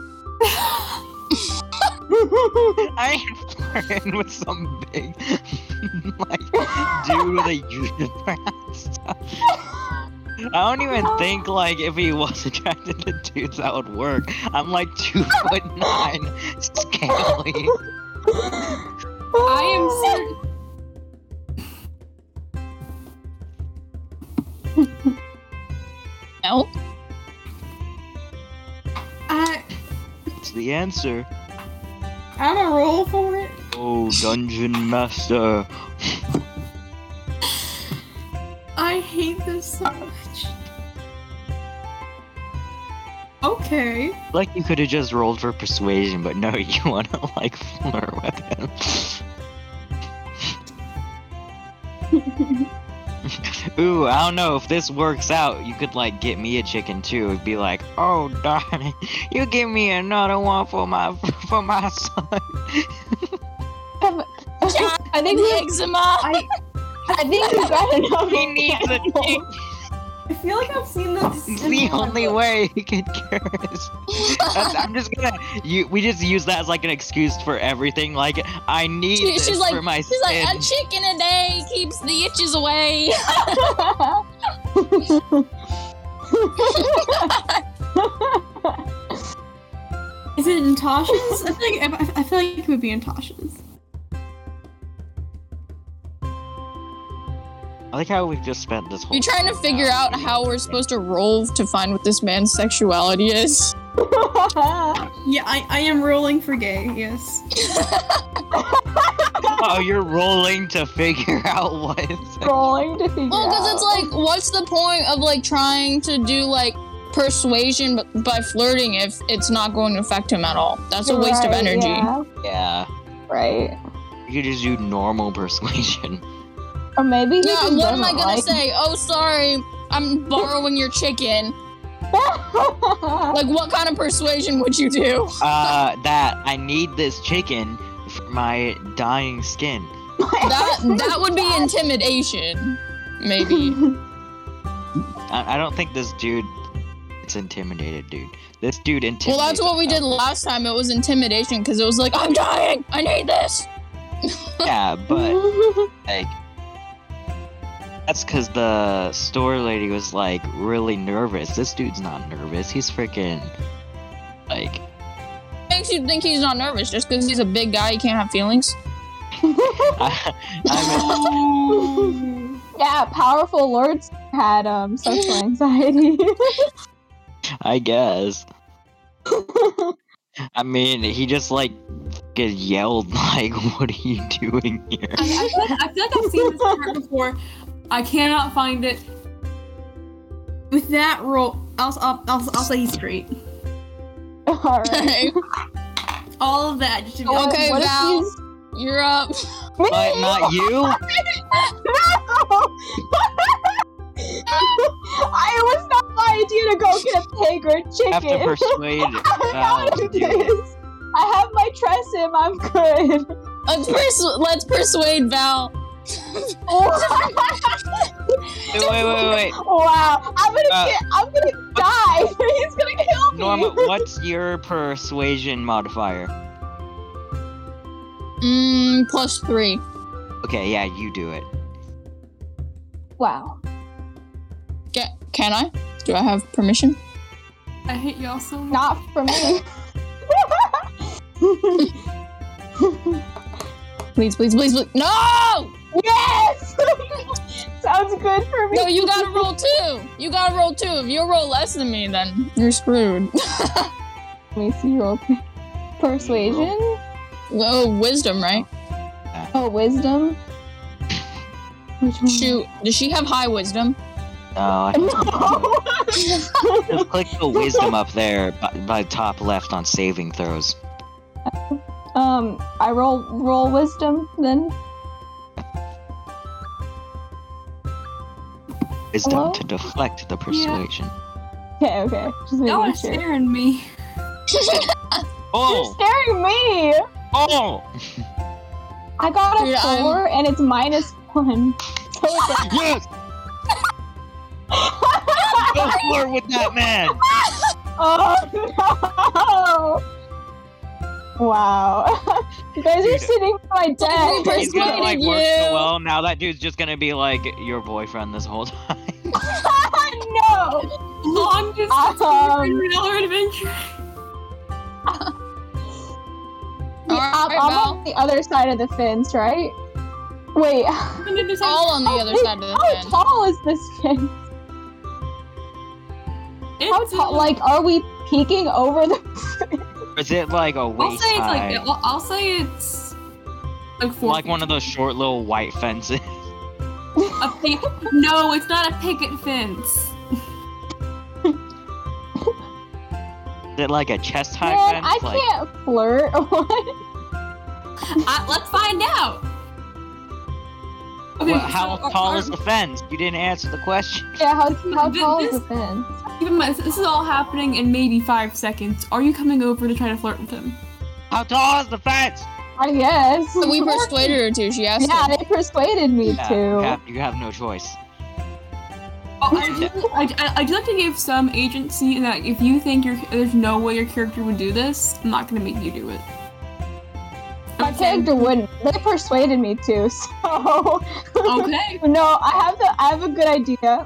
Speaker 2: I ain't flirting with some big like dude with a unibrow stuff. I don't even think like if he was attracted to dudes that would work. I'm like two foot nine, scaly.
Speaker 1: I am certain.
Speaker 4: No.
Speaker 5: I
Speaker 2: It's the answer.
Speaker 5: I'm a roll for it.
Speaker 2: Oh, dungeon master.
Speaker 5: I hate this so much. Okay.
Speaker 2: Like you could have just rolled for persuasion, but no, you want to like flirt with him. Ooh, I don't know if this works out. You could like get me a chicken too. It'd be like, oh darn it, you give me another one for my for my son.
Speaker 3: I think
Speaker 4: The
Speaker 3: we,
Speaker 4: eczema.
Speaker 5: I
Speaker 3: I think we got enough.
Speaker 2: He needs a dick.
Speaker 5: I feel like I've seen this.
Speaker 2: It's
Speaker 5: in
Speaker 2: the
Speaker 5: my
Speaker 2: only
Speaker 5: book.
Speaker 2: way he can cure his. That's, I'm just gonna. You, we just use that as like an excuse for everything. Like I need
Speaker 4: She-
Speaker 2: this
Speaker 4: she's like-
Speaker 2: for my
Speaker 4: She's like,
Speaker 2: skin.
Speaker 4: a chicken a day keeps the itches away.
Speaker 5: Is it in Tasha's? I feel like I, I feel like it would be in Tasha's.
Speaker 2: I like how we've just spent this whole.
Speaker 4: You're trying to figure out how we're supposed to roll to find what this man's sexuality is.
Speaker 5: Yeah, I, I am rolling for gay. Yes.
Speaker 2: Oh, you're rolling to figure out what. It's
Speaker 3: Rolling to figure
Speaker 4: Well, because
Speaker 3: out.
Speaker 4: it's like, what's the point of like trying to do like persuasion b- by flirting if it's not going to affect him at all? That's a waste of
Speaker 3: Right,
Speaker 4: energy.
Speaker 3: yeah,
Speaker 2: yeah,
Speaker 3: right.
Speaker 2: you could just do normal persuasion.
Speaker 3: Or maybe he
Speaker 4: Yeah,
Speaker 3: just
Speaker 4: what am I
Speaker 3: doesn't
Speaker 4: gonna
Speaker 3: like-
Speaker 4: say? Oh, sorry, I'm borrowing your chicken. Like, what kind of persuasion would you do?
Speaker 2: Uh, that I need this chicken for my dying skin.
Speaker 4: That that would be intimidation, maybe.
Speaker 2: I, I don't think this dude. It's intimidated, dude. This dude intimidated.
Speaker 4: Well, that's what we did last time. It was intimidation because it was like, I'm dying. I need this.
Speaker 2: Yeah, but. like that's because the store lady was like really nervous this dude's not nervous he's freaking like
Speaker 4: Makes you think he's not nervous just because he's a big guy. He can't have feelings.
Speaker 2: I, I
Speaker 3: yeah, powerful lords had um social anxiety.
Speaker 2: mean, I guess i mean he just like get yelled like what are you doing here
Speaker 1: I, I, feel like, I feel like I've seen this part before. I cannot find it.
Speaker 5: With that roll, I'll I'll, I'll, I'll say he's straight.
Speaker 3: All right.
Speaker 4: Okay,
Speaker 5: All of that. Just
Speaker 4: Oh, okay,
Speaker 3: what if
Speaker 4: Val.
Speaker 3: he's-
Speaker 4: You're up.
Speaker 3: Me?
Speaker 2: but not you
Speaker 3: I was not my idea to go get a pig or a chicken.
Speaker 2: have to persuade
Speaker 3: I'm
Speaker 2: Val
Speaker 3: out
Speaker 2: to
Speaker 3: of
Speaker 2: do it.
Speaker 3: this. I have my tressum. I'm good.
Speaker 4: Let's, persu- let's persuade Val.
Speaker 2: wait wait wait wait
Speaker 3: wow, I'm gonna
Speaker 2: Uh,
Speaker 3: get, I'm gonna die. He's gonna kill me.
Speaker 2: norma what's your persuasion modifier
Speaker 4: Mm, plus three.
Speaker 2: okay yeah you do it
Speaker 3: Wow.
Speaker 4: Get- can I? Do I have permission?
Speaker 1: I hate y'all so much.
Speaker 3: Not for me.
Speaker 4: Please, please, please, please. No!
Speaker 3: yes. Sounds good for me.
Speaker 4: No, you gotta roll two. You gotta roll two. If you roll less than me, then you're screwed.
Speaker 3: Let me see roll. Persuasion.
Speaker 4: Whoa, wisdom, right?
Speaker 3: Oh, wisdom. Which one?
Speaker 4: Shoot, does she have high wisdom?
Speaker 2: Uh,
Speaker 3: No.
Speaker 2: just click the wisdom up there by, by top left on saving throws.
Speaker 3: um, I roll roll wisdom then.
Speaker 2: Wisdom
Speaker 3: Hello?
Speaker 2: to deflect the persuasion.
Speaker 3: Okay, okay. Just
Speaker 1: No
Speaker 3: making
Speaker 1: one's
Speaker 3: sure.
Speaker 1: staring me.
Speaker 3: You're
Speaker 2: Oh!
Speaker 3: staring me.
Speaker 2: Oh!
Speaker 3: I got a
Speaker 4: Dude, I'm-
Speaker 3: 4 and it's minus one. So it's
Speaker 2: Yes!
Speaker 3: a-
Speaker 2: Go for it with that man!
Speaker 3: oh no! Wow. you guys are
Speaker 2: Dude.
Speaker 3: sitting on my
Speaker 4: Don't
Speaker 3: deck.
Speaker 4: be
Speaker 2: He's gonna like work so
Speaker 4: you.
Speaker 2: well, now that dude's just gonna be like your boyfriend this whole time.
Speaker 3: no.
Speaker 1: Long distance
Speaker 3: Awesome.
Speaker 1: um, adventure.
Speaker 3: Yeah,
Speaker 4: All right,
Speaker 3: I'm
Speaker 4: Val.
Speaker 3: on the other side of the fence, right? Wait,
Speaker 1: And then there's
Speaker 4: All on the other side of
Speaker 3: how
Speaker 4: the
Speaker 3: tall is this fence? How
Speaker 1: it's,
Speaker 3: tall? Like, are we peeking over the?
Speaker 2: Is it like a
Speaker 1: I'll
Speaker 2: waist
Speaker 1: say it's like
Speaker 2: high?
Speaker 1: I'll, I'll say it's like four.
Speaker 2: like one of those short little white fences.
Speaker 1: a pic- no, it's not a picket fence.
Speaker 2: Is it like a chest high
Speaker 3: Man,
Speaker 2: fence?
Speaker 3: I
Speaker 2: like,
Speaker 3: can't flirt. Oh What?
Speaker 1: I, let's find out.
Speaker 2: wha- how
Speaker 1: so our-
Speaker 2: tall
Speaker 1: our-
Speaker 2: is the fence? You didn't answer the question.
Speaker 3: yeah, how, how
Speaker 1: Th-
Speaker 3: tall
Speaker 1: this-
Speaker 3: is the fence?
Speaker 1: Keep in mind, this is all happening in maybe five seconds. Are you coming over to try to flirt with him?
Speaker 2: How tall is the fence?
Speaker 3: I guess.
Speaker 4: fence. We persuaded her to. She asked.
Speaker 3: Yeah,
Speaker 4: Yeah,
Speaker 3: they persuaded me
Speaker 2: Yeah, you
Speaker 3: to.
Speaker 2: have, you have no choice.
Speaker 1: Oh, I, do, I, I- I do like to give some agency in that if you think your there's no way your character would do this, I'm not gonna make you do it.
Speaker 3: My character wouldn't. They persuaded me to. So
Speaker 1: Okay.
Speaker 3: no, I have the. I have a good idea. I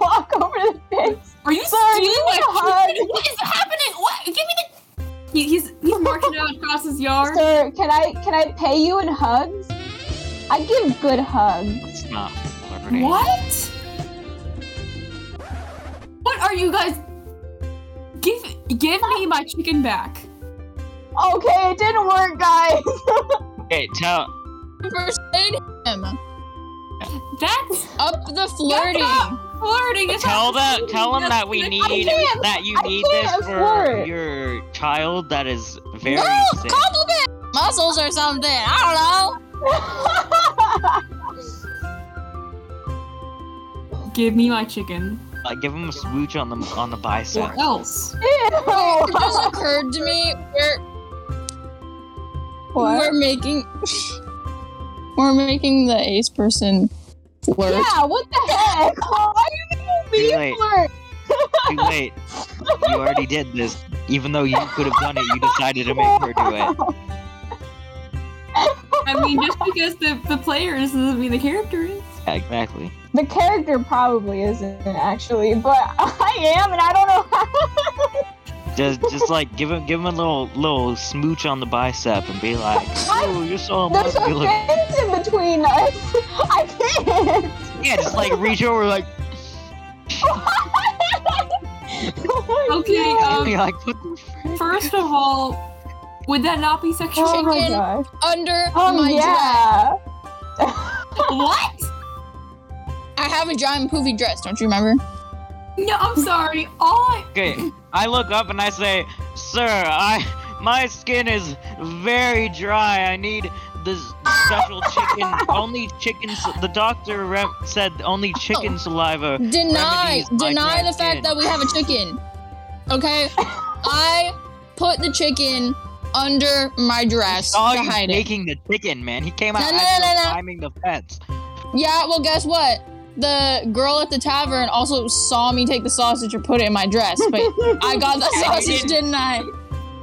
Speaker 3: walk over to the fence.
Speaker 1: Are you
Speaker 3: Sir,
Speaker 1: stealing
Speaker 3: you
Speaker 1: my
Speaker 3: need a hug.
Speaker 1: What is happening? What? Give me the. He, he's he's marching out across his yard.
Speaker 3: Sir, can I can I pay you in hugs? I give good hugs.
Speaker 2: It's not flirting.
Speaker 1: What? What are you guys? Give give me my chicken back.
Speaker 3: Okay, it didn't work, guys.
Speaker 2: Okay, tell.
Speaker 4: we persuaded him.
Speaker 1: That's
Speaker 4: Up the flirting.
Speaker 1: not- flirting. It's
Speaker 2: Tell
Speaker 1: not-
Speaker 2: them, tell them that we need
Speaker 3: can't-
Speaker 2: that you
Speaker 3: I
Speaker 2: need
Speaker 3: can't
Speaker 2: this
Speaker 3: afford
Speaker 2: for
Speaker 3: it.
Speaker 2: your child that is very
Speaker 4: No,
Speaker 3: Oh,
Speaker 2: sick.
Speaker 4: compliment muscles or something. I
Speaker 1: Give me my chicken.
Speaker 2: Like, give him a smooch on the on the bicep.
Speaker 1: Or else.
Speaker 4: don't know. It just
Speaker 3: Ew.
Speaker 4: occurred to me we're we're
Speaker 3: What?
Speaker 4: making we're making the ace person flirt.
Speaker 3: Yeah, what the heck? Why are you making me
Speaker 2: Too late.
Speaker 3: flirt?
Speaker 2: Too late. You already did this. Even though you could have done it, you decided to make her do it.
Speaker 1: I mean, just because the the player is doesn't mean the character is.
Speaker 2: Yeah, exactly.
Speaker 3: The character probably isn't actually, but I am, and I don't know how.
Speaker 2: Just just like give him give him a little little smooch on the bicep and be like, "Oh, you're so
Speaker 3: There's a
Speaker 2: muscular."
Speaker 3: fence in between us. I can't.
Speaker 2: Yeah, just like reach over like
Speaker 3: Oh,
Speaker 1: Okay,
Speaker 3: no.
Speaker 1: um,
Speaker 2: you're like what the frick?"
Speaker 1: First of all, would that not be sexual?
Speaker 3: Oh my
Speaker 4: chicken.
Speaker 3: gosh.
Speaker 4: Under
Speaker 3: Oh
Speaker 4: my dress.
Speaker 3: yeah.
Speaker 1: what?
Speaker 4: I have a giant poofy dress, don't you remember?
Speaker 1: No, I'm sorry. All I,
Speaker 2: Okay, I look up and I say, "Sir, I my skin is very dry. I need this special chicken. Only chicken. s- The doctor rem- said only chicken saliva.
Speaker 4: Deny
Speaker 2: Remedies my
Speaker 4: deny the
Speaker 2: dress
Speaker 4: fact
Speaker 2: in.
Speaker 4: that we have a chicken. Okay? I put the chicken under my dress to
Speaker 2: Saw you
Speaker 4: hide it.
Speaker 2: making the chicken, man. He came out
Speaker 4: No,
Speaker 2: as
Speaker 4: no,
Speaker 2: you
Speaker 4: no,
Speaker 2: were
Speaker 4: no.
Speaker 2: climbing the fence.
Speaker 4: Yeah, well, guess what? The girl at the tavern also saw me take the sausage and put it in my dress, but I got the
Speaker 2: Yeah, you
Speaker 4: sausage,
Speaker 2: didn't.
Speaker 4: didn't I?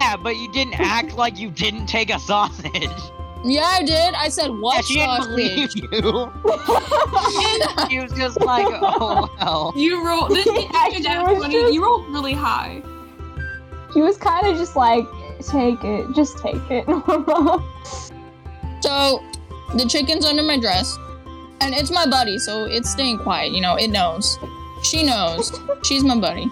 Speaker 2: Yeah, but you didn't act like you didn't take a sausage.
Speaker 4: Yeah, I did. I said,
Speaker 2: Yeah,
Speaker 4: what
Speaker 2: she didn't
Speaker 4: sausage?
Speaker 2: believe you. she was just like, "Oh well."
Speaker 1: you rolled. This,
Speaker 3: Yeah,
Speaker 1: this is
Speaker 3: she
Speaker 1: that
Speaker 3: was
Speaker 1: funny.
Speaker 3: just-
Speaker 1: You rolled really high.
Speaker 3: He was kind of just like, take it, just take it.
Speaker 4: So, the chicken's under my dress, and it's my buddy, so it's staying quiet, you know, it knows. She knows. She's my buddy.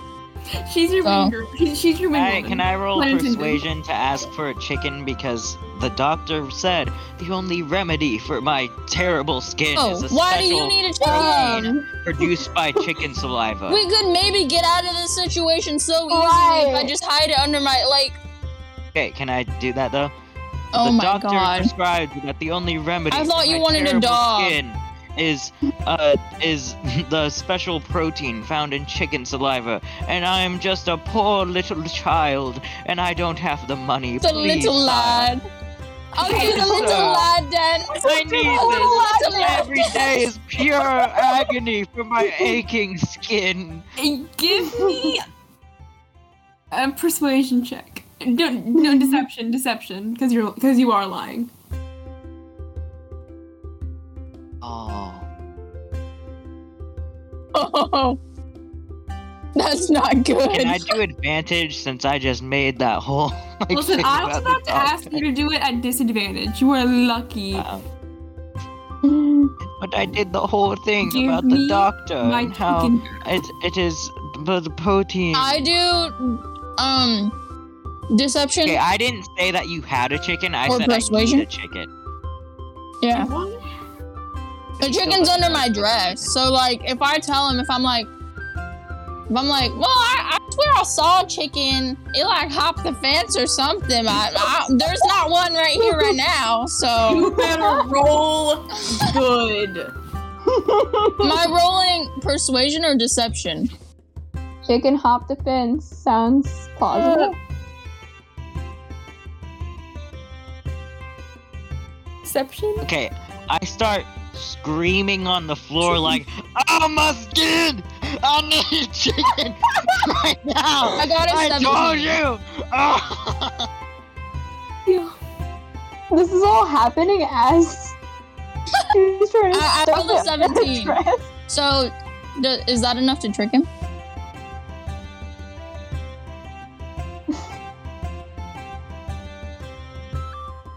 Speaker 5: She's your main
Speaker 4: So-
Speaker 5: girl. She, she's your main
Speaker 2: I,
Speaker 5: woman.
Speaker 2: can I roll
Speaker 5: Planted it.
Speaker 2: persuasion to ask for a chicken because the doctor said the only remedy for my terrible skin
Speaker 4: Oh,
Speaker 2: is a
Speaker 4: why do
Speaker 2: special
Speaker 4: you need a
Speaker 2: protein
Speaker 4: chicken?
Speaker 2: produced by chicken saliva.
Speaker 4: We could maybe get out of this situation so easily if I
Speaker 3: Right.
Speaker 4: just hide it under my like.
Speaker 2: Okay, can I do that though?
Speaker 4: Oh
Speaker 2: the
Speaker 4: my
Speaker 2: doctor
Speaker 4: god.
Speaker 2: prescribed that the only remedy
Speaker 4: I thought
Speaker 2: for
Speaker 4: you
Speaker 2: my
Speaker 4: wanted a
Speaker 2: terrible
Speaker 4: dog.
Speaker 2: skin is uh is the special protein found in chicken saliva and I'm just a poor little child and I don't have the money.
Speaker 4: The
Speaker 2: Please,
Speaker 4: little
Speaker 2: sire.
Speaker 4: lad. I'll do the little
Speaker 2: Sir.
Speaker 4: lad then.
Speaker 2: I need
Speaker 4: little
Speaker 2: this.
Speaker 4: lad
Speaker 2: Every day is pure agony for my aching skin.
Speaker 1: Hey, Give me a persuasion check. No, no deception, deception, because you're because you are lying.
Speaker 2: Oh.
Speaker 4: Oh, that's not good.
Speaker 2: Can I do advantage since I just made that whole? Like,
Speaker 1: Listen,
Speaker 2: thing
Speaker 1: I was
Speaker 2: about
Speaker 1: about to
Speaker 2: the dog?
Speaker 1: ask you to do it at disadvantage. You are lucky.
Speaker 2: Um, But I did the whole thing
Speaker 1: Give
Speaker 2: about the
Speaker 1: me
Speaker 2: doctor
Speaker 1: My
Speaker 2: and how
Speaker 1: chicken.
Speaker 2: it, it is the, the protein.
Speaker 4: I do um deception.
Speaker 2: okay, I didn't say that you had a chicken. I
Speaker 4: Or
Speaker 2: said I
Speaker 4: persuasion?
Speaker 2: need a chicken.
Speaker 4: yeah. The
Speaker 2: It still
Speaker 4: chicken's
Speaker 2: doesn't
Speaker 4: under
Speaker 2: matter.
Speaker 4: my dress. So like if I tell him if I'm like if I'm like, well, I, I swear I saw a chicken. It like hopped the fence or something. I, I, there's not one right here right now. So
Speaker 5: You better roll good.
Speaker 4: am I rolling persuasion or deception?
Speaker 3: Chicken hop the fence sounds
Speaker 4: Uh,
Speaker 3: plausible.
Speaker 5: Deception?
Speaker 2: Okay, I start screaming on the floor like, "I'm a skin! I need chicken right now!
Speaker 4: I got a
Speaker 2: I
Speaker 4: seven.
Speaker 2: told you!" Ah!
Speaker 3: This is all happening as she's trying to
Speaker 4: Uh, I- I
Speaker 3: stuff
Speaker 4: rolled a
Speaker 3: it under her
Speaker 4: 17.
Speaker 3: dress.
Speaker 4: So d- is that enough to trick him?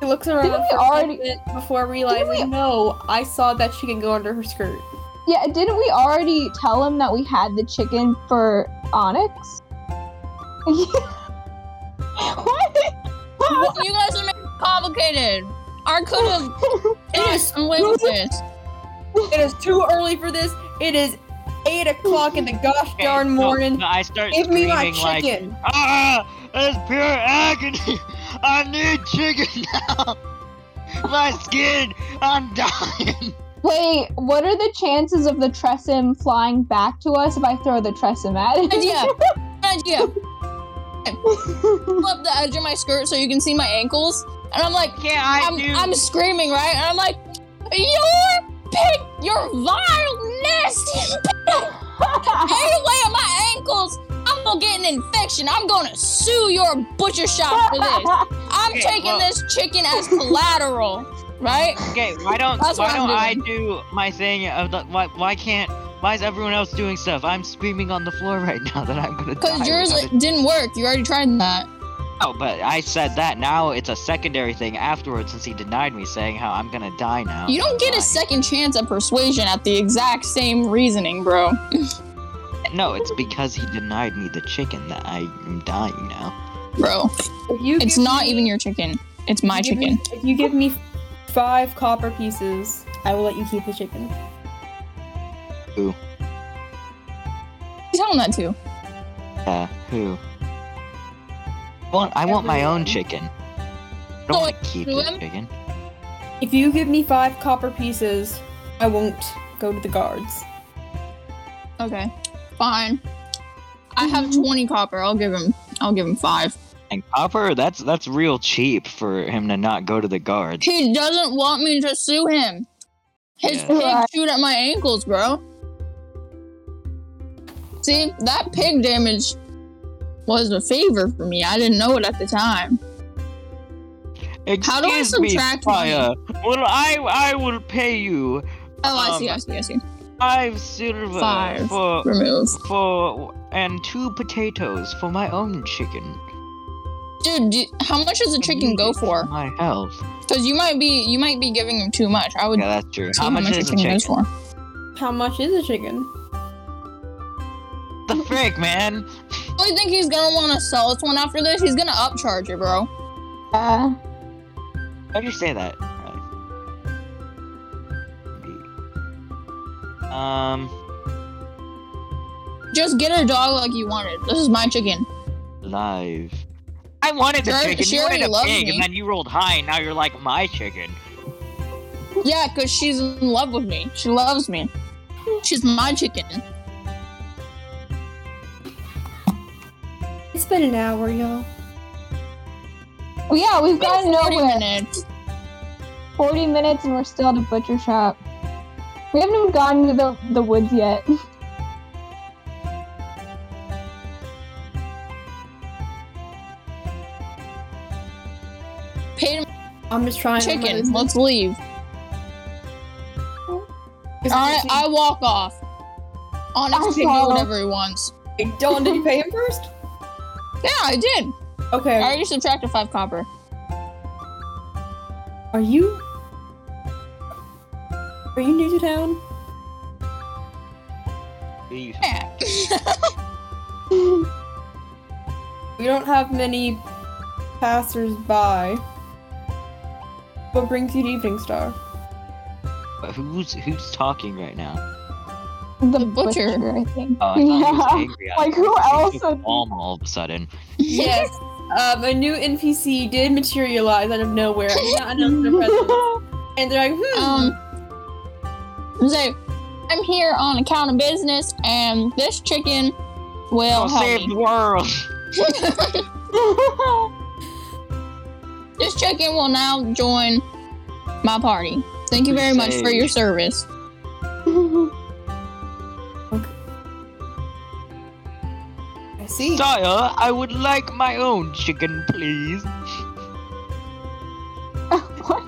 Speaker 5: She looks around
Speaker 3: Didn't we
Speaker 5: for a
Speaker 3: already-
Speaker 5: bit before realizing,
Speaker 3: we-
Speaker 5: no, I saw that she can go under her skirt.
Speaker 3: Yeah, didn't we already tell him that we had the chicken for Onyx? what?
Speaker 4: you guys are making it complicated. I could have
Speaker 5: It
Speaker 4: done
Speaker 5: is
Speaker 4: some way with this.
Speaker 5: It is too early for this. It is eight o'clock in the gosh
Speaker 2: Okay,
Speaker 5: darn
Speaker 2: so
Speaker 5: morning.
Speaker 2: I start
Speaker 5: Give me
Speaker 2: screaming
Speaker 5: my
Speaker 2: like,
Speaker 5: chicken.
Speaker 2: Ah, it's pure agony. I need chicken now. My skin, I'm dying.
Speaker 3: Wait, what are the chances of the Tressim flying back to us if I throw the Tressim at it?
Speaker 4: Idea. Idea. Pull up the edge of my skirt so you can see my ankles, and I'm like,
Speaker 2: Yeah, I
Speaker 4: I'm, I'm screaming, right? And I'm like, your pig, your vile, nasty pig ate away at my ankles. I'm gonna get an infection. I'm gonna sue your butcher shop for this. I'm
Speaker 2: Okay,
Speaker 4: taking
Speaker 2: well-
Speaker 4: this chicken as collateral, right?
Speaker 2: okay, why don't
Speaker 4: That's
Speaker 2: why
Speaker 4: what I'm
Speaker 2: don't I do my thing? Of the, why why can't why is everyone else doing stuff? I'm screaming on the floor right now that I'm gonna die.
Speaker 4: Because yours
Speaker 2: without a-
Speaker 4: didn't work. You already tried that.
Speaker 2: No, but I said that. Now it's a secondary thing afterwards, since he denied me saying how I'm gonna die now.
Speaker 4: You don't get a
Speaker 2: Why?
Speaker 4: second chance at persuasion at the exact same reasoning, bro.
Speaker 2: No, it's because he denied me the chicken that I am dying now.
Speaker 4: Bro,
Speaker 5: If you
Speaker 4: it's
Speaker 5: give
Speaker 4: not
Speaker 5: me-
Speaker 4: even your chicken. It's my
Speaker 5: if you give
Speaker 4: chicken.
Speaker 5: me- if you give me five copper pieces, I will let you keep the chicken.
Speaker 4: Tell him that too.
Speaker 2: Yeah, Uh, who? I want, I want my own
Speaker 5: Everyone.
Speaker 2: chicken. I don't
Speaker 4: So
Speaker 2: want to keep this
Speaker 4: everyone?
Speaker 2: chicken.
Speaker 5: If you give me five copper pieces, I won't go to the guards.
Speaker 4: Okay. Fine. I have 20 copper. I'll give him I'll give him 5.
Speaker 2: And copper, that's that's real cheap for him to not go to the guards.
Speaker 4: He doesn't want me to sue him. His
Speaker 2: Yeah.
Speaker 4: pig
Speaker 3: Right.
Speaker 4: chewed at my ankles, bro. See, that pig damage was a favor for me. I didn't know it at the time.
Speaker 2: Excuse
Speaker 4: do I subtract
Speaker 2: me, Fire. Well, I I will pay you
Speaker 4: Oh, I see,
Speaker 2: Um,
Speaker 4: I see, I see.
Speaker 2: five silver
Speaker 4: Five.
Speaker 2: for
Speaker 4: Remove.
Speaker 2: for and two potatoes for my own chicken.
Speaker 4: Dude, do, how much does a chicken go for?
Speaker 2: My health.
Speaker 4: Because you might be you might be giving him too much. I would.
Speaker 2: Yeah, that's true.
Speaker 4: see
Speaker 2: How much is a chicken?
Speaker 4: goes for?
Speaker 5: How much is a chicken?
Speaker 2: the frick, man?
Speaker 4: I really think he's gonna want to sell us one after this. He's gonna upcharge it, bro.
Speaker 3: Uh,
Speaker 2: How'd you say that? Um,
Speaker 4: Just get her dog like you wanted. This is my chicken.
Speaker 2: live. I wanted the
Speaker 4: Sure-
Speaker 2: chicken.
Speaker 4: she
Speaker 2: you wanted
Speaker 4: already
Speaker 2: a
Speaker 4: loves
Speaker 2: pig,
Speaker 4: me.
Speaker 2: and then you rolled high, and now you're like my chicken.
Speaker 4: Yeah, cause she's in love with me. She loves me. She's my chicken.
Speaker 5: It's been an hour, y'all.
Speaker 3: well, yeah, we've gotten
Speaker 4: Forty
Speaker 3: nowhere.
Speaker 4: minutes.
Speaker 3: 40 minutes and we're still at a butcher shop. We haven't even gotten to the, the woods yet.
Speaker 4: Paid him
Speaker 5: I'm just trying.
Speaker 4: chicken. Let's leave. All right, I walk off.
Speaker 3: I'll
Speaker 4: Onyx can do
Speaker 3: follow.
Speaker 4: whatever he wants.
Speaker 5: Dylan, did you pay him first?
Speaker 4: Yeah, I did. I
Speaker 5: Okay.
Speaker 4: already subtracted five copper.
Speaker 5: Are you? Are you new to town?
Speaker 2: Leave.
Speaker 4: Yeah.
Speaker 5: We don't have many passers-by. What brings you to Evening Star?
Speaker 2: But Who's who's talking right now?
Speaker 3: The,
Speaker 4: butcher.
Speaker 3: I think.
Speaker 2: Oh, I thought he was angry. I
Speaker 3: Like, who
Speaker 2: thought he
Speaker 3: else
Speaker 2: took
Speaker 3: would-
Speaker 2: Palm all of a sudden.
Speaker 5: Yes. um, a new NPC did materialize out of nowhere and did not announce their presence. And they're like, hmm.
Speaker 4: Um, so I'm here on account of business, and this chicken will
Speaker 2: I'll
Speaker 3: Oh,
Speaker 4: help
Speaker 2: save
Speaker 4: me.
Speaker 2: the world.
Speaker 4: This chicken will now join my party. Thank you very much for your service.
Speaker 5: I see.
Speaker 2: Sire, I would like my own chicken, please.
Speaker 3: what?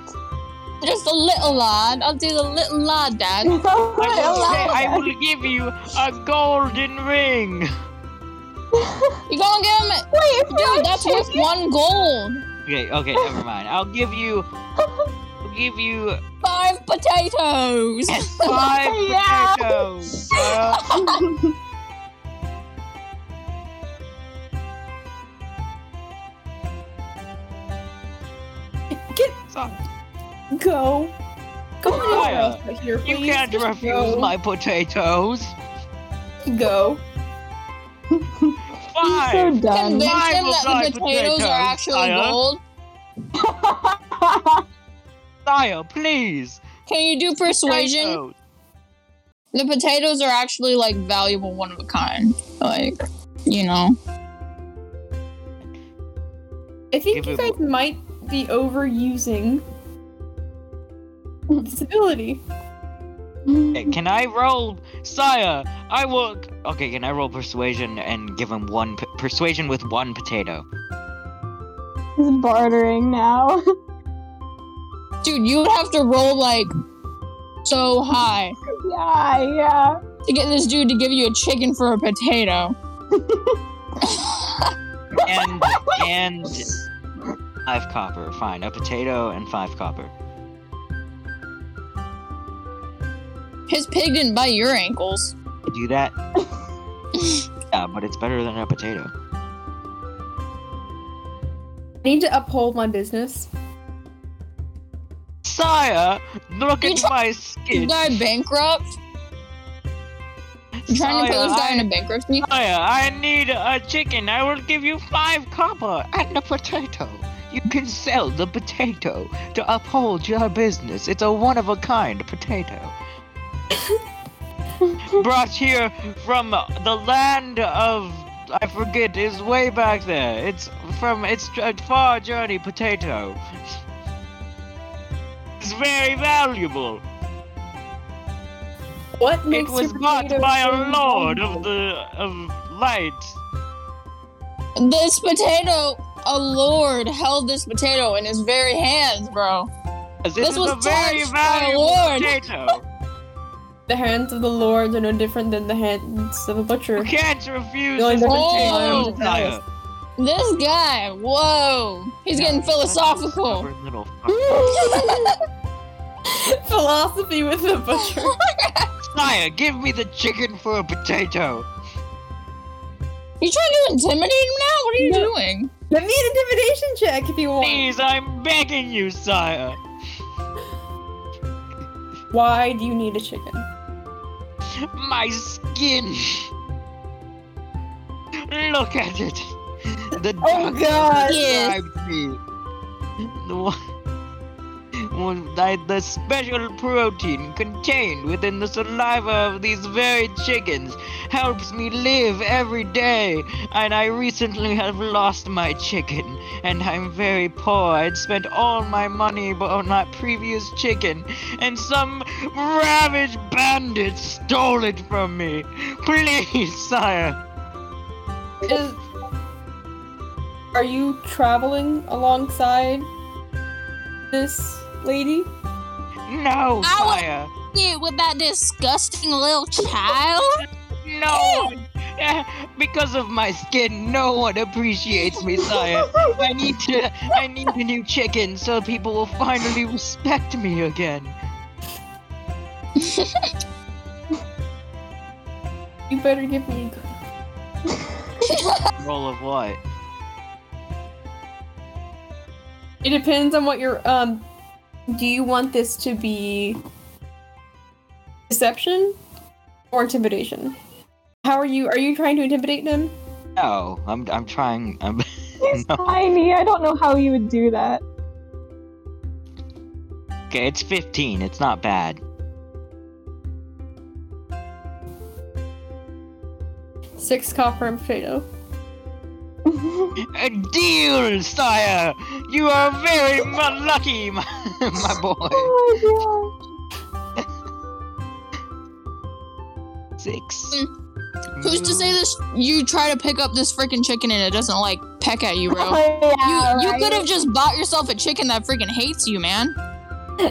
Speaker 4: Just a little lad. I'll do the little lad, Dad.
Speaker 2: I will, say, I will give you a golden ring.
Speaker 4: You gonna give him?
Speaker 3: Wait, it's not a
Speaker 4: Dude, that's worth
Speaker 3: chicken?
Speaker 4: one gold.
Speaker 2: Okay, okay, never mind. I'll give you. I'll give you
Speaker 4: Five potatoes.
Speaker 2: five
Speaker 3: Yeah.
Speaker 2: potatoes. Sire.
Speaker 5: Get
Speaker 2: Sire,
Speaker 5: go. Go anywhere
Speaker 2: Maya,
Speaker 5: else but here,
Speaker 2: You
Speaker 5: please.
Speaker 2: can't
Speaker 5: Just
Speaker 2: refuse
Speaker 5: go.
Speaker 2: my potatoes.
Speaker 5: Go.
Speaker 3: He's so
Speaker 2: Five.
Speaker 3: done.
Speaker 4: Convince
Speaker 2: Five
Speaker 4: him
Speaker 2: will
Speaker 4: that
Speaker 2: die
Speaker 4: the potatoes
Speaker 2: potatoes,
Speaker 4: are actually
Speaker 2: Aya.
Speaker 4: gold.
Speaker 2: Sire, please.
Speaker 4: Can you do persuasion?
Speaker 2: Potatoes.
Speaker 4: The potatoes are actually like valuable, one of a kind. Like, you know.
Speaker 5: I think
Speaker 2: Give
Speaker 5: you
Speaker 2: it-
Speaker 5: guys might be overusing this ability.
Speaker 2: Okay, Can I roll, Sire? I will. Okay, can I roll persuasion and give him one p- persuasion with one potato?
Speaker 3: He's bartering now.
Speaker 4: Dude, you would have to roll like so high
Speaker 3: yeah, yeah.
Speaker 4: to get this dude to give you a chicken for a potato.
Speaker 2: And and five copper. Fine, a potato and five copper.
Speaker 4: His pig didn't bite your ankles.
Speaker 2: Do that. yeah, but it's better than a potato.
Speaker 5: I need to uphold my business.
Speaker 2: Sire, look
Speaker 4: You
Speaker 2: at
Speaker 4: try-
Speaker 2: my
Speaker 4: This
Speaker 2: skin.
Speaker 4: guy bankrupt. You trying to put
Speaker 2: Sire,
Speaker 4: this guy
Speaker 2: I-
Speaker 4: into bankruptcy?
Speaker 2: Sire, I need a chicken. I will give you five copper and a potato. You can sell the potato to uphold your business. It's a one of a kind potato. Brought here from the land of. I forget, is way back there. It's from. It's a far journey potato. It's very valuable.
Speaker 5: What
Speaker 2: It
Speaker 5: makes
Speaker 2: was
Speaker 5: your
Speaker 2: bought
Speaker 5: potato
Speaker 2: by
Speaker 5: so
Speaker 2: a lord
Speaker 5: valuable?
Speaker 2: of the. of light.
Speaker 4: This potato, a lord held this potato in his very hands, bro.
Speaker 2: This,
Speaker 4: This
Speaker 2: is
Speaker 4: was
Speaker 2: a very
Speaker 4: touched by
Speaker 2: valuable
Speaker 4: Lord.
Speaker 2: potato.
Speaker 5: The hands of the lords are no different than the hands of a
Speaker 2: You
Speaker 5: butcher.
Speaker 2: can't refuse
Speaker 5: Going
Speaker 2: this
Speaker 5: to the
Speaker 2: potato,
Speaker 4: Oh.
Speaker 5: town.
Speaker 2: Sire.
Speaker 4: This guy, whoa, he's
Speaker 2: Yeah,
Speaker 4: getting
Speaker 2: that's a
Speaker 4: philosophical.
Speaker 2: stubborn little fuck.
Speaker 5: Philosophy with the butcher.
Speaker 2: Sire, give me the chicken for a potato.
Speaker 4: You trying to intimidate him now? What are you
Speaker 1: No.
Speaker 4: doing?
Speaker 1: Let me an intimidation check if you want.
Speaker 2: Please, I'm begging you, sire.
Speaker 1: Why do you need a chicken?
Speaker 2: My skin. Look at it. The
Speaker 1: Oh
Speaker 2: doctor
Speaker 1: god.
Speaker 4: Yes.
Speaker 2: described me. The one, one- I- the special protein contained within the saliva of these very chickens helps me live every day. And I recently have lost my chicken, and I'm very poor. I'd spent all my money bu- on my previous chicken, and some ravaged bandit stole it from me. Please, sire.
Speaker 1: Is, are you traveling alongside this lady?
Speaker 2: No,
Speaker 4: I was-
Speaker 2: sire.
Speaker 4: You with that disgusting little child?
Speaker 2: No one, eh, because of my skin, no one appreciates me, sire. I need to, I need a new chicken so people will finally respect me again.
Speaker 1: You better give me.
Speaker 2: Roll of what?
Speaker 1: It depends on what your um. Do you want this to be deception or intimidation? How are you? Are you trying to intimidate them?
Speaker 2: No, I'm, I'm trying. I'm.
Speaker 3: He's
Speaker 2: No.
Speaker 3: tiny. I don't know how you would do that.
Speaker 2: Okay, it's 15. It's not bad.
Speaker 1: Six copper and potato.
Speaker 2: A deal, sire. You are very unlucky, my, my boy.
Speaker 3: oh
Speaker 2: Six.
Speaker 4: Who's to say this? You try to pick up this freaking chicken and it doesn't like peck at you,
Speaker 3: my god.
Speaker 4: bro.
Speaker 3: Oh,
Speaker 4: You,
Speaker 3: yeah,
Speaker 4: you
Speaker 3: right?
Speaker 4: could have just bought yourself a chicken that freaking hates you, man.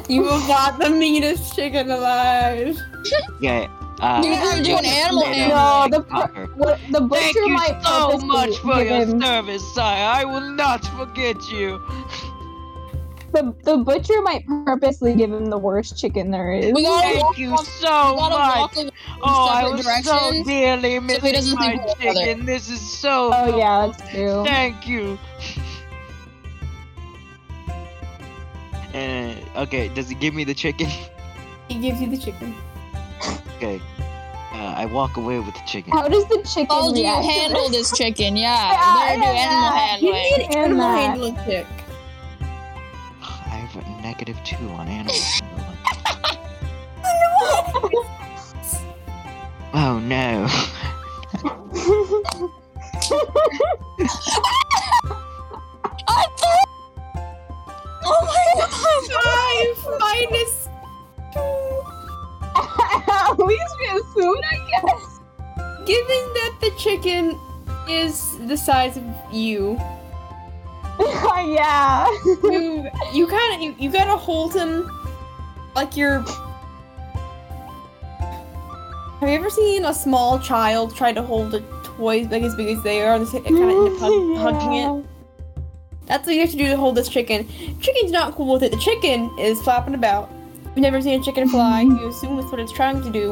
Speaker 1: You have got the meanest chicken alive.
Speaker 2: Yeah. Uh,
Speaker 4: You could do an animal
Speaker 2: potato.
Speaker 4: handling.
Speaker 3: No, the per-
Speaker 2: Copper.
Speaker 3: what, the butcher
Speaker 2: Thank you
Speaker 3: might
Speaker 2: so
Speaker 3: purposely
Speaker 2: much for
Speaker 3: give
Speaker 2: your
Speaker 3: him-
Speaker 2: service, sire. I will not forget you.
Speaker 3: the, the butcher might purposely give him the worst chicken there is.
Speaker 4: We gotta walk,
Speaker 2: Thank you so
Speaker 4: we gotta walk
Speaker 2: much.
Speaker 4: away
Speaker 2: Oh, I
Speaker 4: separate
Speaker 2: was so
Speaker 4: directions,
Speaker 2: dearly
Speaker 4: he
Speaker 2: missing
Speaker 4: doesn't
Speaker 2: my
Speaker 4: think we're together.
Speaker 2: chicken. This is so.
Speaker 3: oh yeah, that's true.
Speaker 2: Thank you. Uh, okay, does he give me the chicken?
Speaker 1: He gives you the chicken.
Speaker 2: Okay. Uh, I walk away with the chicken.
Speaker 3: How does the chicken
Speaker 4: How do you
Speaker 3: react to
Speaker 4: handle this chicken? Yeah,
Speaker 3: Yeah,
Speaker 4: you better
Speaker 3: yeah,
Speaker 4: do
Speaker 1: You
Speaker 3: yeah.
Speaker 4: animal eh. handling.
Speaker 1: need animal
Speaker 3: that.
Speaker 1: handling check.
Speaker 2: I have a negative two on animal handling. Oh no.
Speaker 4: I thought- Oh my god!
Speaker 1: Five minus two.
Speaker 3: At least we have food, I guess.
Speaker 1: Given that the chicken is the size of you,
Speaker 3: yeah.
Speaker 1: you you kind of you, you gotta hold him like you're. Have you ever seen a small child try to hold a toy like as big as they are and they kind of end up hug- hugging it? That's what you have to do to hold this chicken. Chicken's not cool with it. The chicken is flapping about. You've never seen a chicken fly. You assume that's what it's trying to do.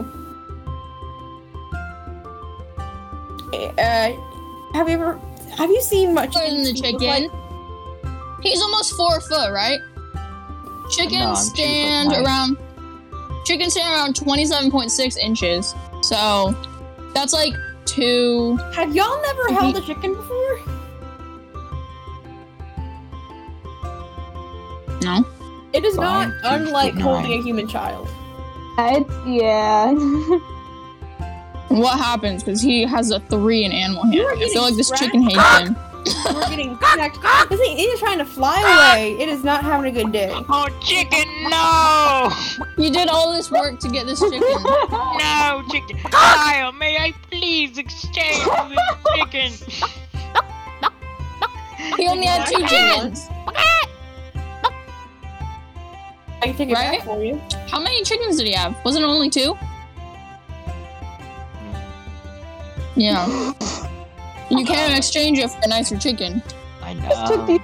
Speaker 1: Uh, have you ever? Have you seen much?
Speaker 4: taller than the chicken. He's almost four foot, right?
Speaker 2: No, I'm two
Speaker 4: Chickens
Speaker 2: foot
Speaker 4: stand
Speaker 2: nine.
Speaker 4: around. Chickens stand around twenty-seven point six inches. So that's like two.
Speaker 1: Have y'all never
Speaker 4: Mhm.
Speaker 1: held a chicken before?
Speaker 4: No.
Speaker 1: It is
Speaker 2: Five,
Speaker 1: not
Speaker 2: six,
Speaker 1: unlike
Speaker 2: nine.
Speaker 1: holding a human child.
Speaker 3: Yeah. It's, yeah.
Speaker 4: What happens? Because he has a three in animal
Speaker 1: You are
Speaker 4: handling. I feel like
Speaker 1: getting
Speaker 4: this
Speaker 1: scratched.
Speaker 4: chicken hates him.
Speaker 1: We're getting attacked. This thing it is trying to fly away. It is not having a good day.
Speaker 2: Oh, chicken, no!
Speaker 4: You did all this work to get this chicken.
Speaker 2: No, chicken. Kyle, may I please exchange this chicken?
Speaker 4: He only had two chickens.
Speaker 1: I can take it
Speaker 4: Right?
Speaker 1: back for you.
Speaker 4: How many chickens did he have? Wasn't it only two? Yeah. You can't exchange it for a nicer chicken.
Speaker 2: I
Speaker 3: Just took
Speaker 2: know.
Speaker 3: these-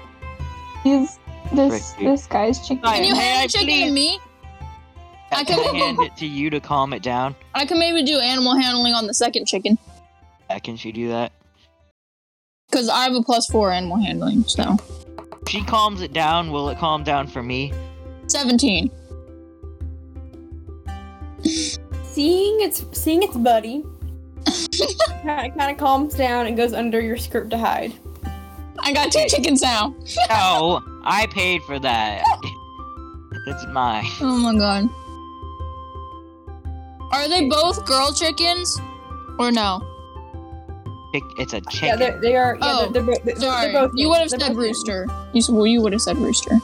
Speaker 3: These, this,
Speaker 2: Frick, dude.
Speaker 3: this guy's chicken.
Speaker 4: Can you
Speaker 2: May
Speaker 4: hand
Speaker 2: I
Speaker 4: the chicken
Speaker 2: please-
Speaker 4: to me?
Speaker 2: I can hand it to you to calm it down.
Speaker 4: I can maybe do animal handling on the second chicken.
Speaker 2: Uh, Can she do that?
Speaker 4: Because I have a plus four animal handling, so.
Speaker 2: She calms it down. Will it calm down for me?
Speaker 4: 17.
Speaker 1: Seeing its seeing its buddy kind of calms down and goes under your skirt to hide.
Speaker 4: I got two chickens now.
Speaker 2: No, I paid for that. It's mine.
Speaker 4: Oh my god. Are they both girl chickens? Or no?
Speaker 2: Chick- It's a
Speaker 1: Yeah,
Speaker 2: chicken.
Speaker 1: they're, they are. Yeah,
Speaker 4: Oh,
Speaker 1: they're, they're, bo- they're,
Speaker 4: Sorry.
Speaker 1: they're both.
Speaker 4: You would have
Speaker 1: hens. They're
Speaker 4: said
Speaker 1: both hens.
Speaker 4: rooster. You, s- well, you would have said rooster.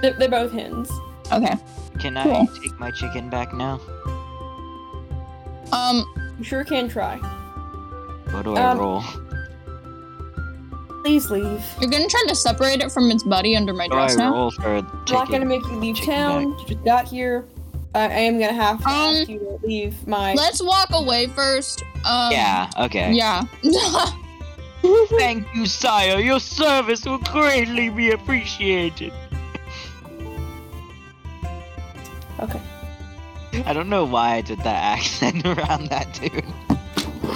Speaker 1: They're, they're both hens.
Speaker 4: Okay.
Speaker 2: Can I
Speaker 4: cool.
Speaker 2: take my chicken back now?
Speaker 4: Um,
Speaker 1: You sure can try.
Speaker 2: What do I
Speaker 1: Um,
Speaker 2: roll?
Speaker 1: Please leave.
Speaker 4: you're gonna try to separate it from its buddy under my
Speaker 2: What do I
Speaker 4: dress now?
Speaker 2: roll for a
Speaker 1: I'm not gonna
Speaker 2: chicken?
Speaker 1: make you leave
Speaker 2: Chicken
Speaker 1: town. You just got here. I, I am gonna have to
Speaker 4: Um,
Speaker 1: ask you to leave my.
Speaker 4: Let's walk away first. Um,
Speaker 2: Yeah. Okay.
Speaker 4: Yeah.
Speaker 2: Thank you, sire. Your service will greatly be appreciated.
Speaker 1: Okay.
Speaker 2: I don't know why I did that accent around that dude.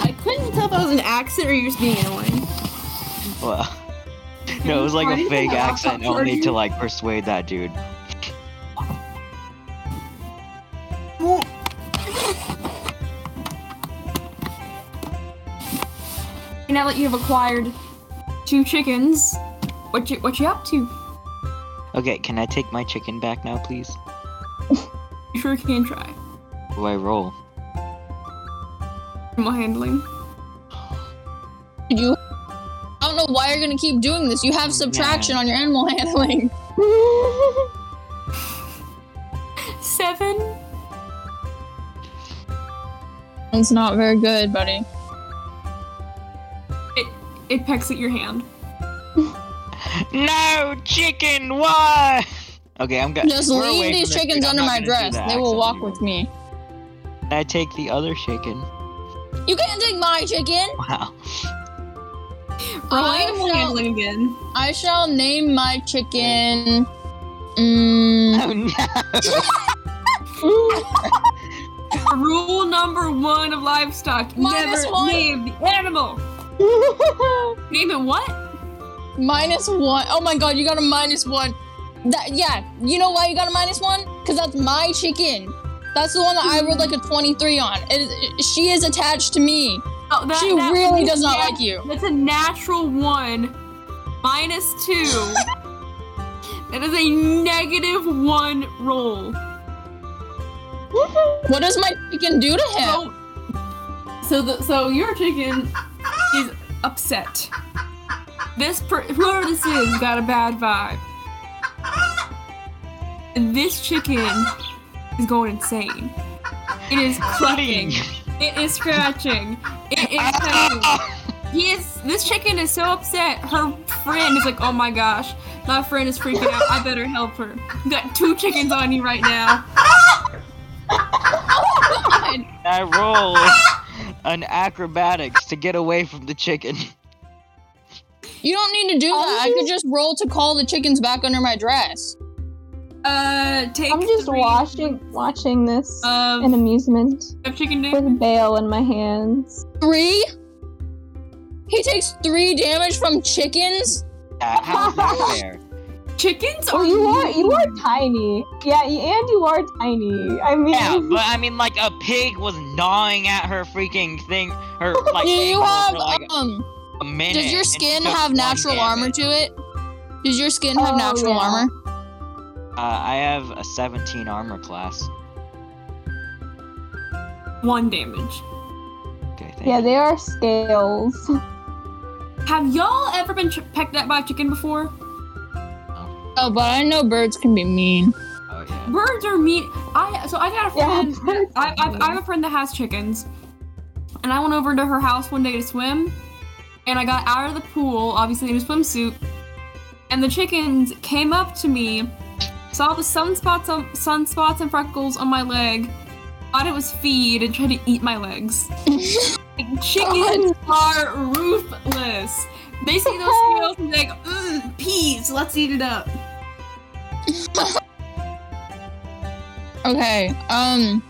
Speaker 1: I couldn't tell if that was an accent or you just being annoying.
Speaker 2: Well, no, it was like
Speaker 1: Why do
Speaker 2: a
Speaker 1: you
Speaker 2: fake
Speaker 1: think I
Speaker 2: accent
Speaker 1: laughed? Are
Speaker 2: only to
Speaker 1: you-
Speaker 2: like persuade that dude.
Speaker 6: Now that you have acquired two chickens, what you what you up to?
Speaker 2: Okay, can I take my chicken back now, please?
Speaker 6: You sure can try.
Speaker 2: What Do I roll?
Speaker 6: Animal handling.
Speaker 4: you. I don't know why you're gonna keep doing this. You have subtraction on your animal handling.
Speaker 6: Seven.
Speaker 4: It's not very good, buddy.
Speaker 6: It pecks at your hand.
Speaker 2: No chicken! Why? Okay, I'm gonna
Speaker 4: Just leave these chickens under my dress. They will walk with me.
Speaker 2: Can I take the other chicken?
Speaker 4: You can't take my chicken.
Speaker 2: Wow.
Speaker 6: Roll
Speaker 4: I
Speaker 6: animal
Speaker 4: shall-
Speaker 6: handling again.
Speaker 4: I shall name my chicken. Mm,
Speaker 2: Oh no!
Speaker 6: Rule number one of livestock:
Speaker 4: Minus
Speaker 6: never
Speaker 4: one.
Speaker 6: name the animal. Name it what?
Speaker 4: minus one. Oh my god, you got a minus one. That yeah. You know why you got a minus one? Cause that's my chicken. That's the one that I rolled like a 23 on. It, it- she is attached to me.
Speaker 6: Oh, that-
Speaker 4: she
Speaker 6: that
Speaker 4: really
Speaker 6: was
Speaker 4: does not
Speaker 6: nat-
Speaker 4: like you.
Speaker 6: That's a natural one, minus two. that is a negative one roll.
Speaker 4: What does my chicken do to him?
Speaker 6: So, so the so your chicken is upset. This per- whoever this is got a bad vibe. And this chicken is going insane. It is clucking. It is scratching. It is
Speaker 3: Ah!
Speaker 6: pecking. He is. This chicken is so upset. Her friend is like, "Oh my gosh, my friend is freaking out. I better help her." You got two chickens on you right now.
Speaker 4: God.
Speaker 2: I roll an acrobatics to get away from the chicken.
Speaker 4: You don't need to do that. I could just roll to call the chickens back under my dress.
Speaker 6: Uh, take.
Speaker 3: I'm just
Speaker 6: three
Speaker 3: watching watching this
Speaker 4: Um,
Speaker 6: Of
Speaker 3: in amusement
Speaker 6: of chicken damage.
Speaker 3: with bail in my hands.
Speaker 4: Three? He takes three damage from chickens?
Speaker 2: Yeah, how's that fair?
Speaker 6: Chickens
Speaker 3: Oh,
Speaker 6: are
Speaker 4: Um,
Speaker 3: you are you are tiny. Yeah, y- and you are tiny. I mean,
Speaker 2: Yeah, but I mean, like a pig was gnawing at her freaking thing. Her like.
Speaker 4: Do you
Speaker 2: ankle
Speaker 4: have
Speaker 2: for, like,
Speaker 4: um
Speaker 2: a minute.
Speaker 4: does your
Speaker 2: and she
Speaker 4: skin
Speaker 2: took
Speaker 4: have
Speaker 2: one
Speaker 4: natural
Speaker 2: damage.
Speaker 4: armor to it? Does your skin have
Speaker 3: Oh,
Speaker 4: natural
Speaker 3: yeah.
Speaker 4: armor?
Speaker 2: Uh, I have a 17 armor class.
Speaker 6: one damage.
Speaker 2: Okay, thank
Speaker 3: yeah,
Speaker 2: you.
Speaker 3: they are scales.
Speaker 6: Have y'all ever been ch- pecked at by a chicken before?
Speaker 4: Oh, but I know birds can be mean.
Speaker 2: Oh, yeah.
Speaker 6: Birds are meat. I so I got a
Speaker 3: Yeah,
Speaker 6: friend.
Speaker 3: birds
Speaker 6: I,
Speaker 3: are
Speaker 6: I, I have a friend that has chickens, and I went over to her house one day to swim, and I got out of the pool, obviously in a swimsuit, and the chickens came up to me, saw the sunspots on sunspots and freckles on my leg, thought it was feed, and tried to eat my legs. Like, chickens are ruthless. They see those scales and they're like, mm, peas, let's eat it up.
Speaker 4: Okay. Um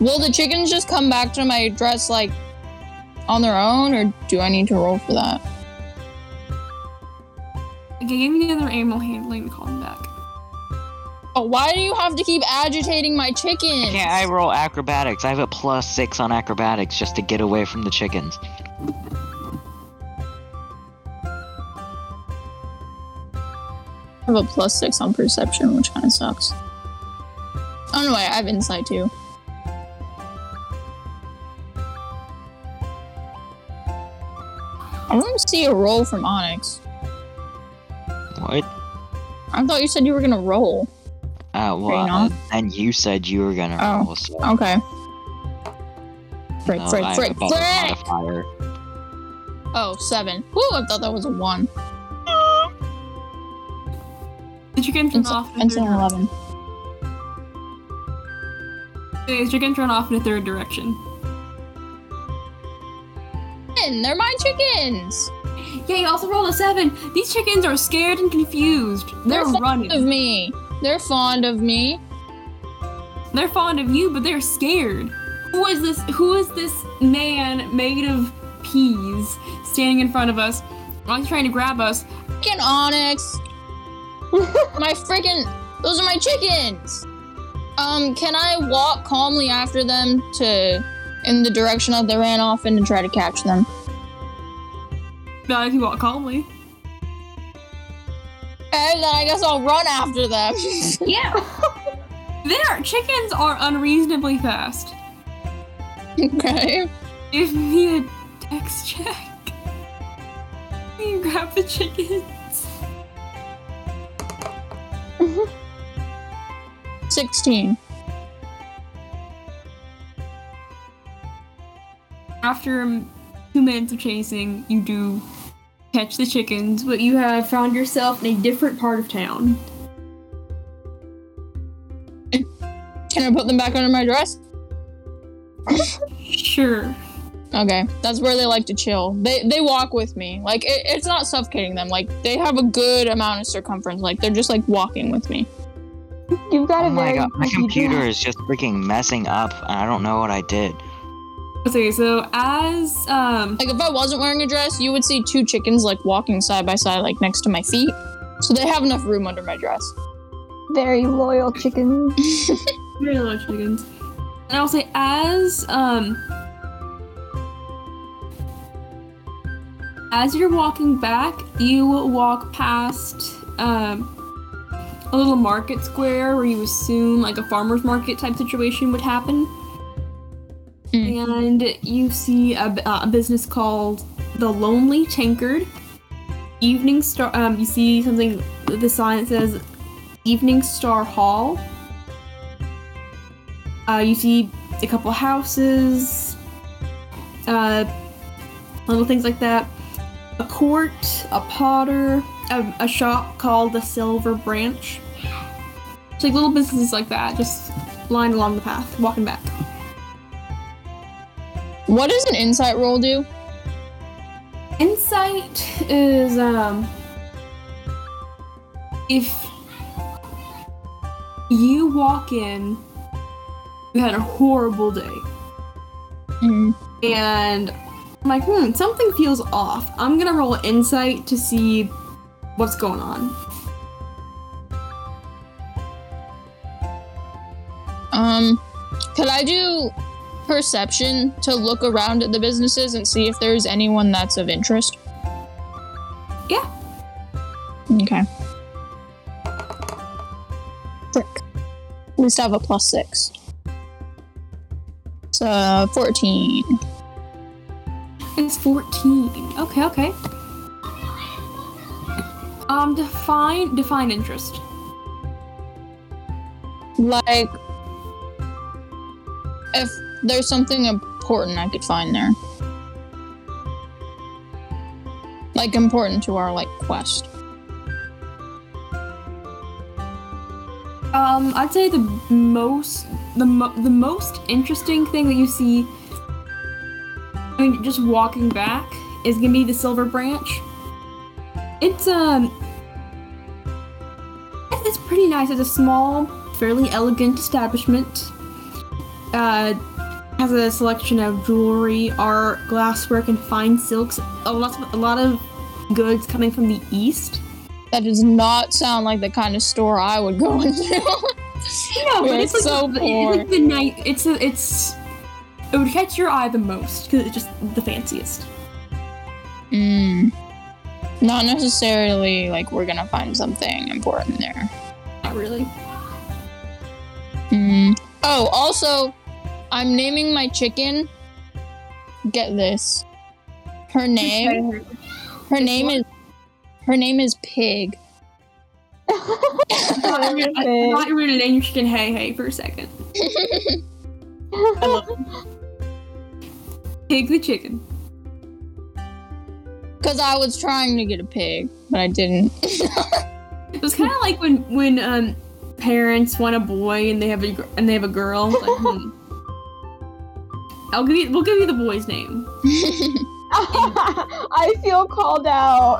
Speaker 4: Will the chickens just come back to my dress like on their own or do I need to roll for that?
Speaker 6: give me another animal handling to call him back.
Speaker 4: Oh, why do you have to keep agitating my chicken?
Speaker 2: Can't I roll acrobatics? I have a plus six on acrobatics just to get away from the chickens.
Speaker 4: have a plus six on perception, which kind of sucks. Oh no, wait, I have insight too. I want to see a roll from Onyx.
Speaker 2: What?
Speaker 4: I thought you said you were gonna roll.
Speaker 2: Uh, well,
Speaker 4: not.
Speaker 2: and, and you said you were gonna
Speaker 4: Oh,
Speaker 2: roll, so
Speaker 4: Okay. Frick,
Speaker 2: no,
Speaker 4: frick,
Speaker 2: I have
Speaker 4: frick,
Speaker 2: a bonus
Speaker 4: frick!
Speaker 2: modifier.
Speaker 4: Oh, seven. Woo, I thought that was a one.
Speaker 6: The chicken
Speaker 4: And
Speaker 6: turned
Speaker 4: so-
Speaker 6: off in a
Speaker 4: and so an
Speaker 6: third
Speaker 4: eleven.
Speaker 6: direction. The chicken turned off in a third direction.
Speaker 4: And They're my chickens!
Speaker 6: Yeah, you also rolled a seven. These chickens are scared and confused. They're,
Speaker 4: fond
Speaker 6: running.
Speaker 4: of me. They're fond of me.
Speaker 6: They're fond of you, but they're scared. Who is this? Who is this man made of peas standing in front of us? Like trying to grab us.
Speaker 4: Freaking Onyx. my freaking. Those are my chickens. Um, can I walk calmly after them to, in the direction of they ran off in and try to catch them?
Speaker 6: Not if you walk calmly.
Speaker 4: Okay, then I guess I'll run after them.
Speaker 3: Yeah.
Speaker 6: Their chickens are unreasonably fast.
Speaker 4: okay.
Speaker 6: Give me a dex check. Can you grab the chickens?
Speaker 4: Sixteen.
Speaker 6: After um, two minutes of chasing, you do catch the chickens, but you have found yourself in a different part of town.
Speaker 4: Can I put them back under my dress?
Speaker 6: Sure.
Speaker 4: Okay, that's where they like to chill. They they walk with me. Like it, it's not suffocating them. Like they have a good amount of circumference. Like they're just like walking with me.
Speaker 3: You've got
Speaker 2: Oh
Speaker 3: a
Speaker 2: my
Speaker 3: very
Speaker 2: god, my
Speaker 3: creepy
Speaker 2: computer
Speaker 3: dog.
Speaker 2: is just freaking messing up. and I don't know what I did.
Speaker 6: Okay, so as um
Speaker 4: Like if I wasn't wearing a dress, you would see two chickens like walking side by side, like next to my feet. So they have enough room under my dress.
Speaker 3: Very loyal chicken.
Speaker 6: very little chickens, and I'll say as um as you're walking back, you walk past um a little market square where you assume like a farmer's market type situation would happen, and you see a, b- uh, a business called the Lonely Tankard. Evening Star. Um, you see something. The sign that says Evening Star Hall. Uh, you see a couple houses, uh, little things like that. A court, a potter, a, a shop called the Silver Branch. It's like little businesses like that, just lined along the path, walking back.
Speaker 4: What does an insight roll do?
Speaker 6: Insight is um if you walk in, you had a horrible day,
Speaker 4: Mm.
Speaker 6: and I'm like, hmm, something feels off. I'm gonna roll insight to see what's going on.
Speaker 4: Um, could I do perception to look around at the businesses and see if there's anyone that's of interest?
Speaker 6: Yeah.
Speaker 4: Okay. Frick. At least I have a plus six. So fourteen.
Speaker 6: It's 14. Okay, okay. Um, define define interest.
Speaker 4: like if there's something important I could find there. Like important to our like quest.
Speaker 6: Um, I'd say the most the mo- the most interesting thing that you see, I mean, just walking back is gonna be the Silver Branch. It's um, it- it's pretty nice. It's a small, fairly elegant establishment. Uh, has a selection of jewelry, art, glasswork, and fine silks. A lot of, a lot of goods coming from the east.
Speaker 4: That does not sound like the kind of store I would go into.
Speaker 6: Yeah,
Speaker 4: We
Speaker 6: but
Speaker 4: are
Speaker 6: it's like
Speaker 4: so
Speaker 6: the,
Speaker 4: poor.
Speaker 6: It's like the night. It's a, it's. It would catch your eye the most because it's just the fanciest.
Speaker 4: mm. Not necessarily like we're gonna find something important there.
Speaker 6: Not really.
Speaker 4: Mm. Oh, also, I'm naming my chicken. Get this. Her name. Her name is. Her name is Pig.
Speaker 6: I thought you were- I thought you were gonna name your chicken Hey Hey for a second. Pig the chicken.
Speaker 4: Cause I was trying to get a pig, but I didn't.
Speaker 6: It was kind of like when when um parents want a boy and they have a gr- and they have a girl. It's Like, hmm. I'll give you. We'll give you the boy's name.
Speaker 3: I feel called out.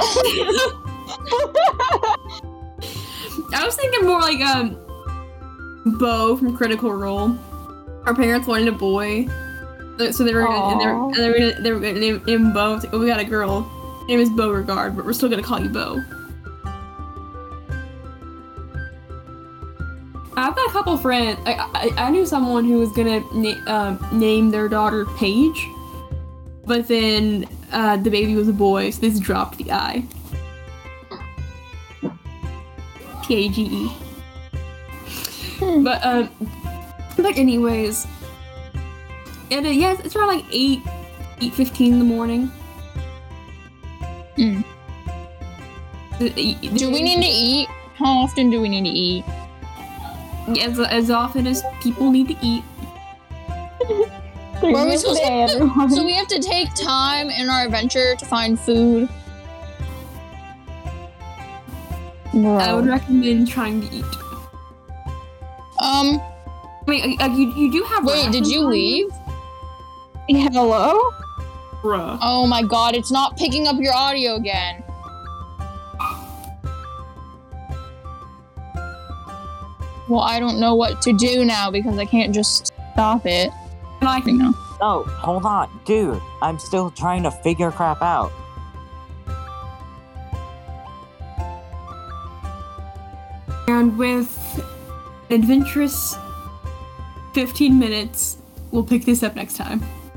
Speaker 6: I was thinking more like um Bo from Critical Role. Our parents wanted a boy, so they were gonna, and they were,
Speaker 3: Aw.
Speaker 6: and they were gonna, they were gonna name him Bo. It's like, oh, we got a girl. Name is Beauregard, but we're still gonna call you Bo. I've got a couple friends. I, I, I knew someone who was gonna na- um, name their daughter Paige, but then uh, the baby was a boy, so they just dropped the I. P A G E.
Speaker 4: Hmm.
Speaker 6: But um, but anyways, it is, yeah, it's around like eight, eight fifteen in the morning.
Speaker 4: Mm.
Speaker 6: Do
Speaker 4: do we need to eat? How often do we need to eat?
Speaker 6: as as often as people need to eat?
Speaker 3: Three
Speaker 4: Where are we
Speaker 3: meals a
Speaker 4: supposed to-
Speaker 3: day, everyone.
Speaker 4: So we have to take time in our adventure to find food.
Speaker 6: I would
Speaker 4: Bro.
Speaker 6: recommend trying to eat.
Speaker 4: Um.
Speaker 6: I mean, uh, you you do have.
Speaker 4: Wait. Did
Speaker 6: rations
Speaker 4: you
Speaker 6: on
Speaker 4: leave?
Speaker 3: Hello?
Speaker 6: Bruh.
Speaker 4: Oh my god! It's not picking up your audio again. Well, I don't know what to do now because I can't just stop it.
Speaker 6: And I
Speaker 4: You know.
Speaker 2: No, hold on, dude. I'm still trying to figure crap out.
Speaker 6: And with adventurous 15 minutes, we'll pick this up next time.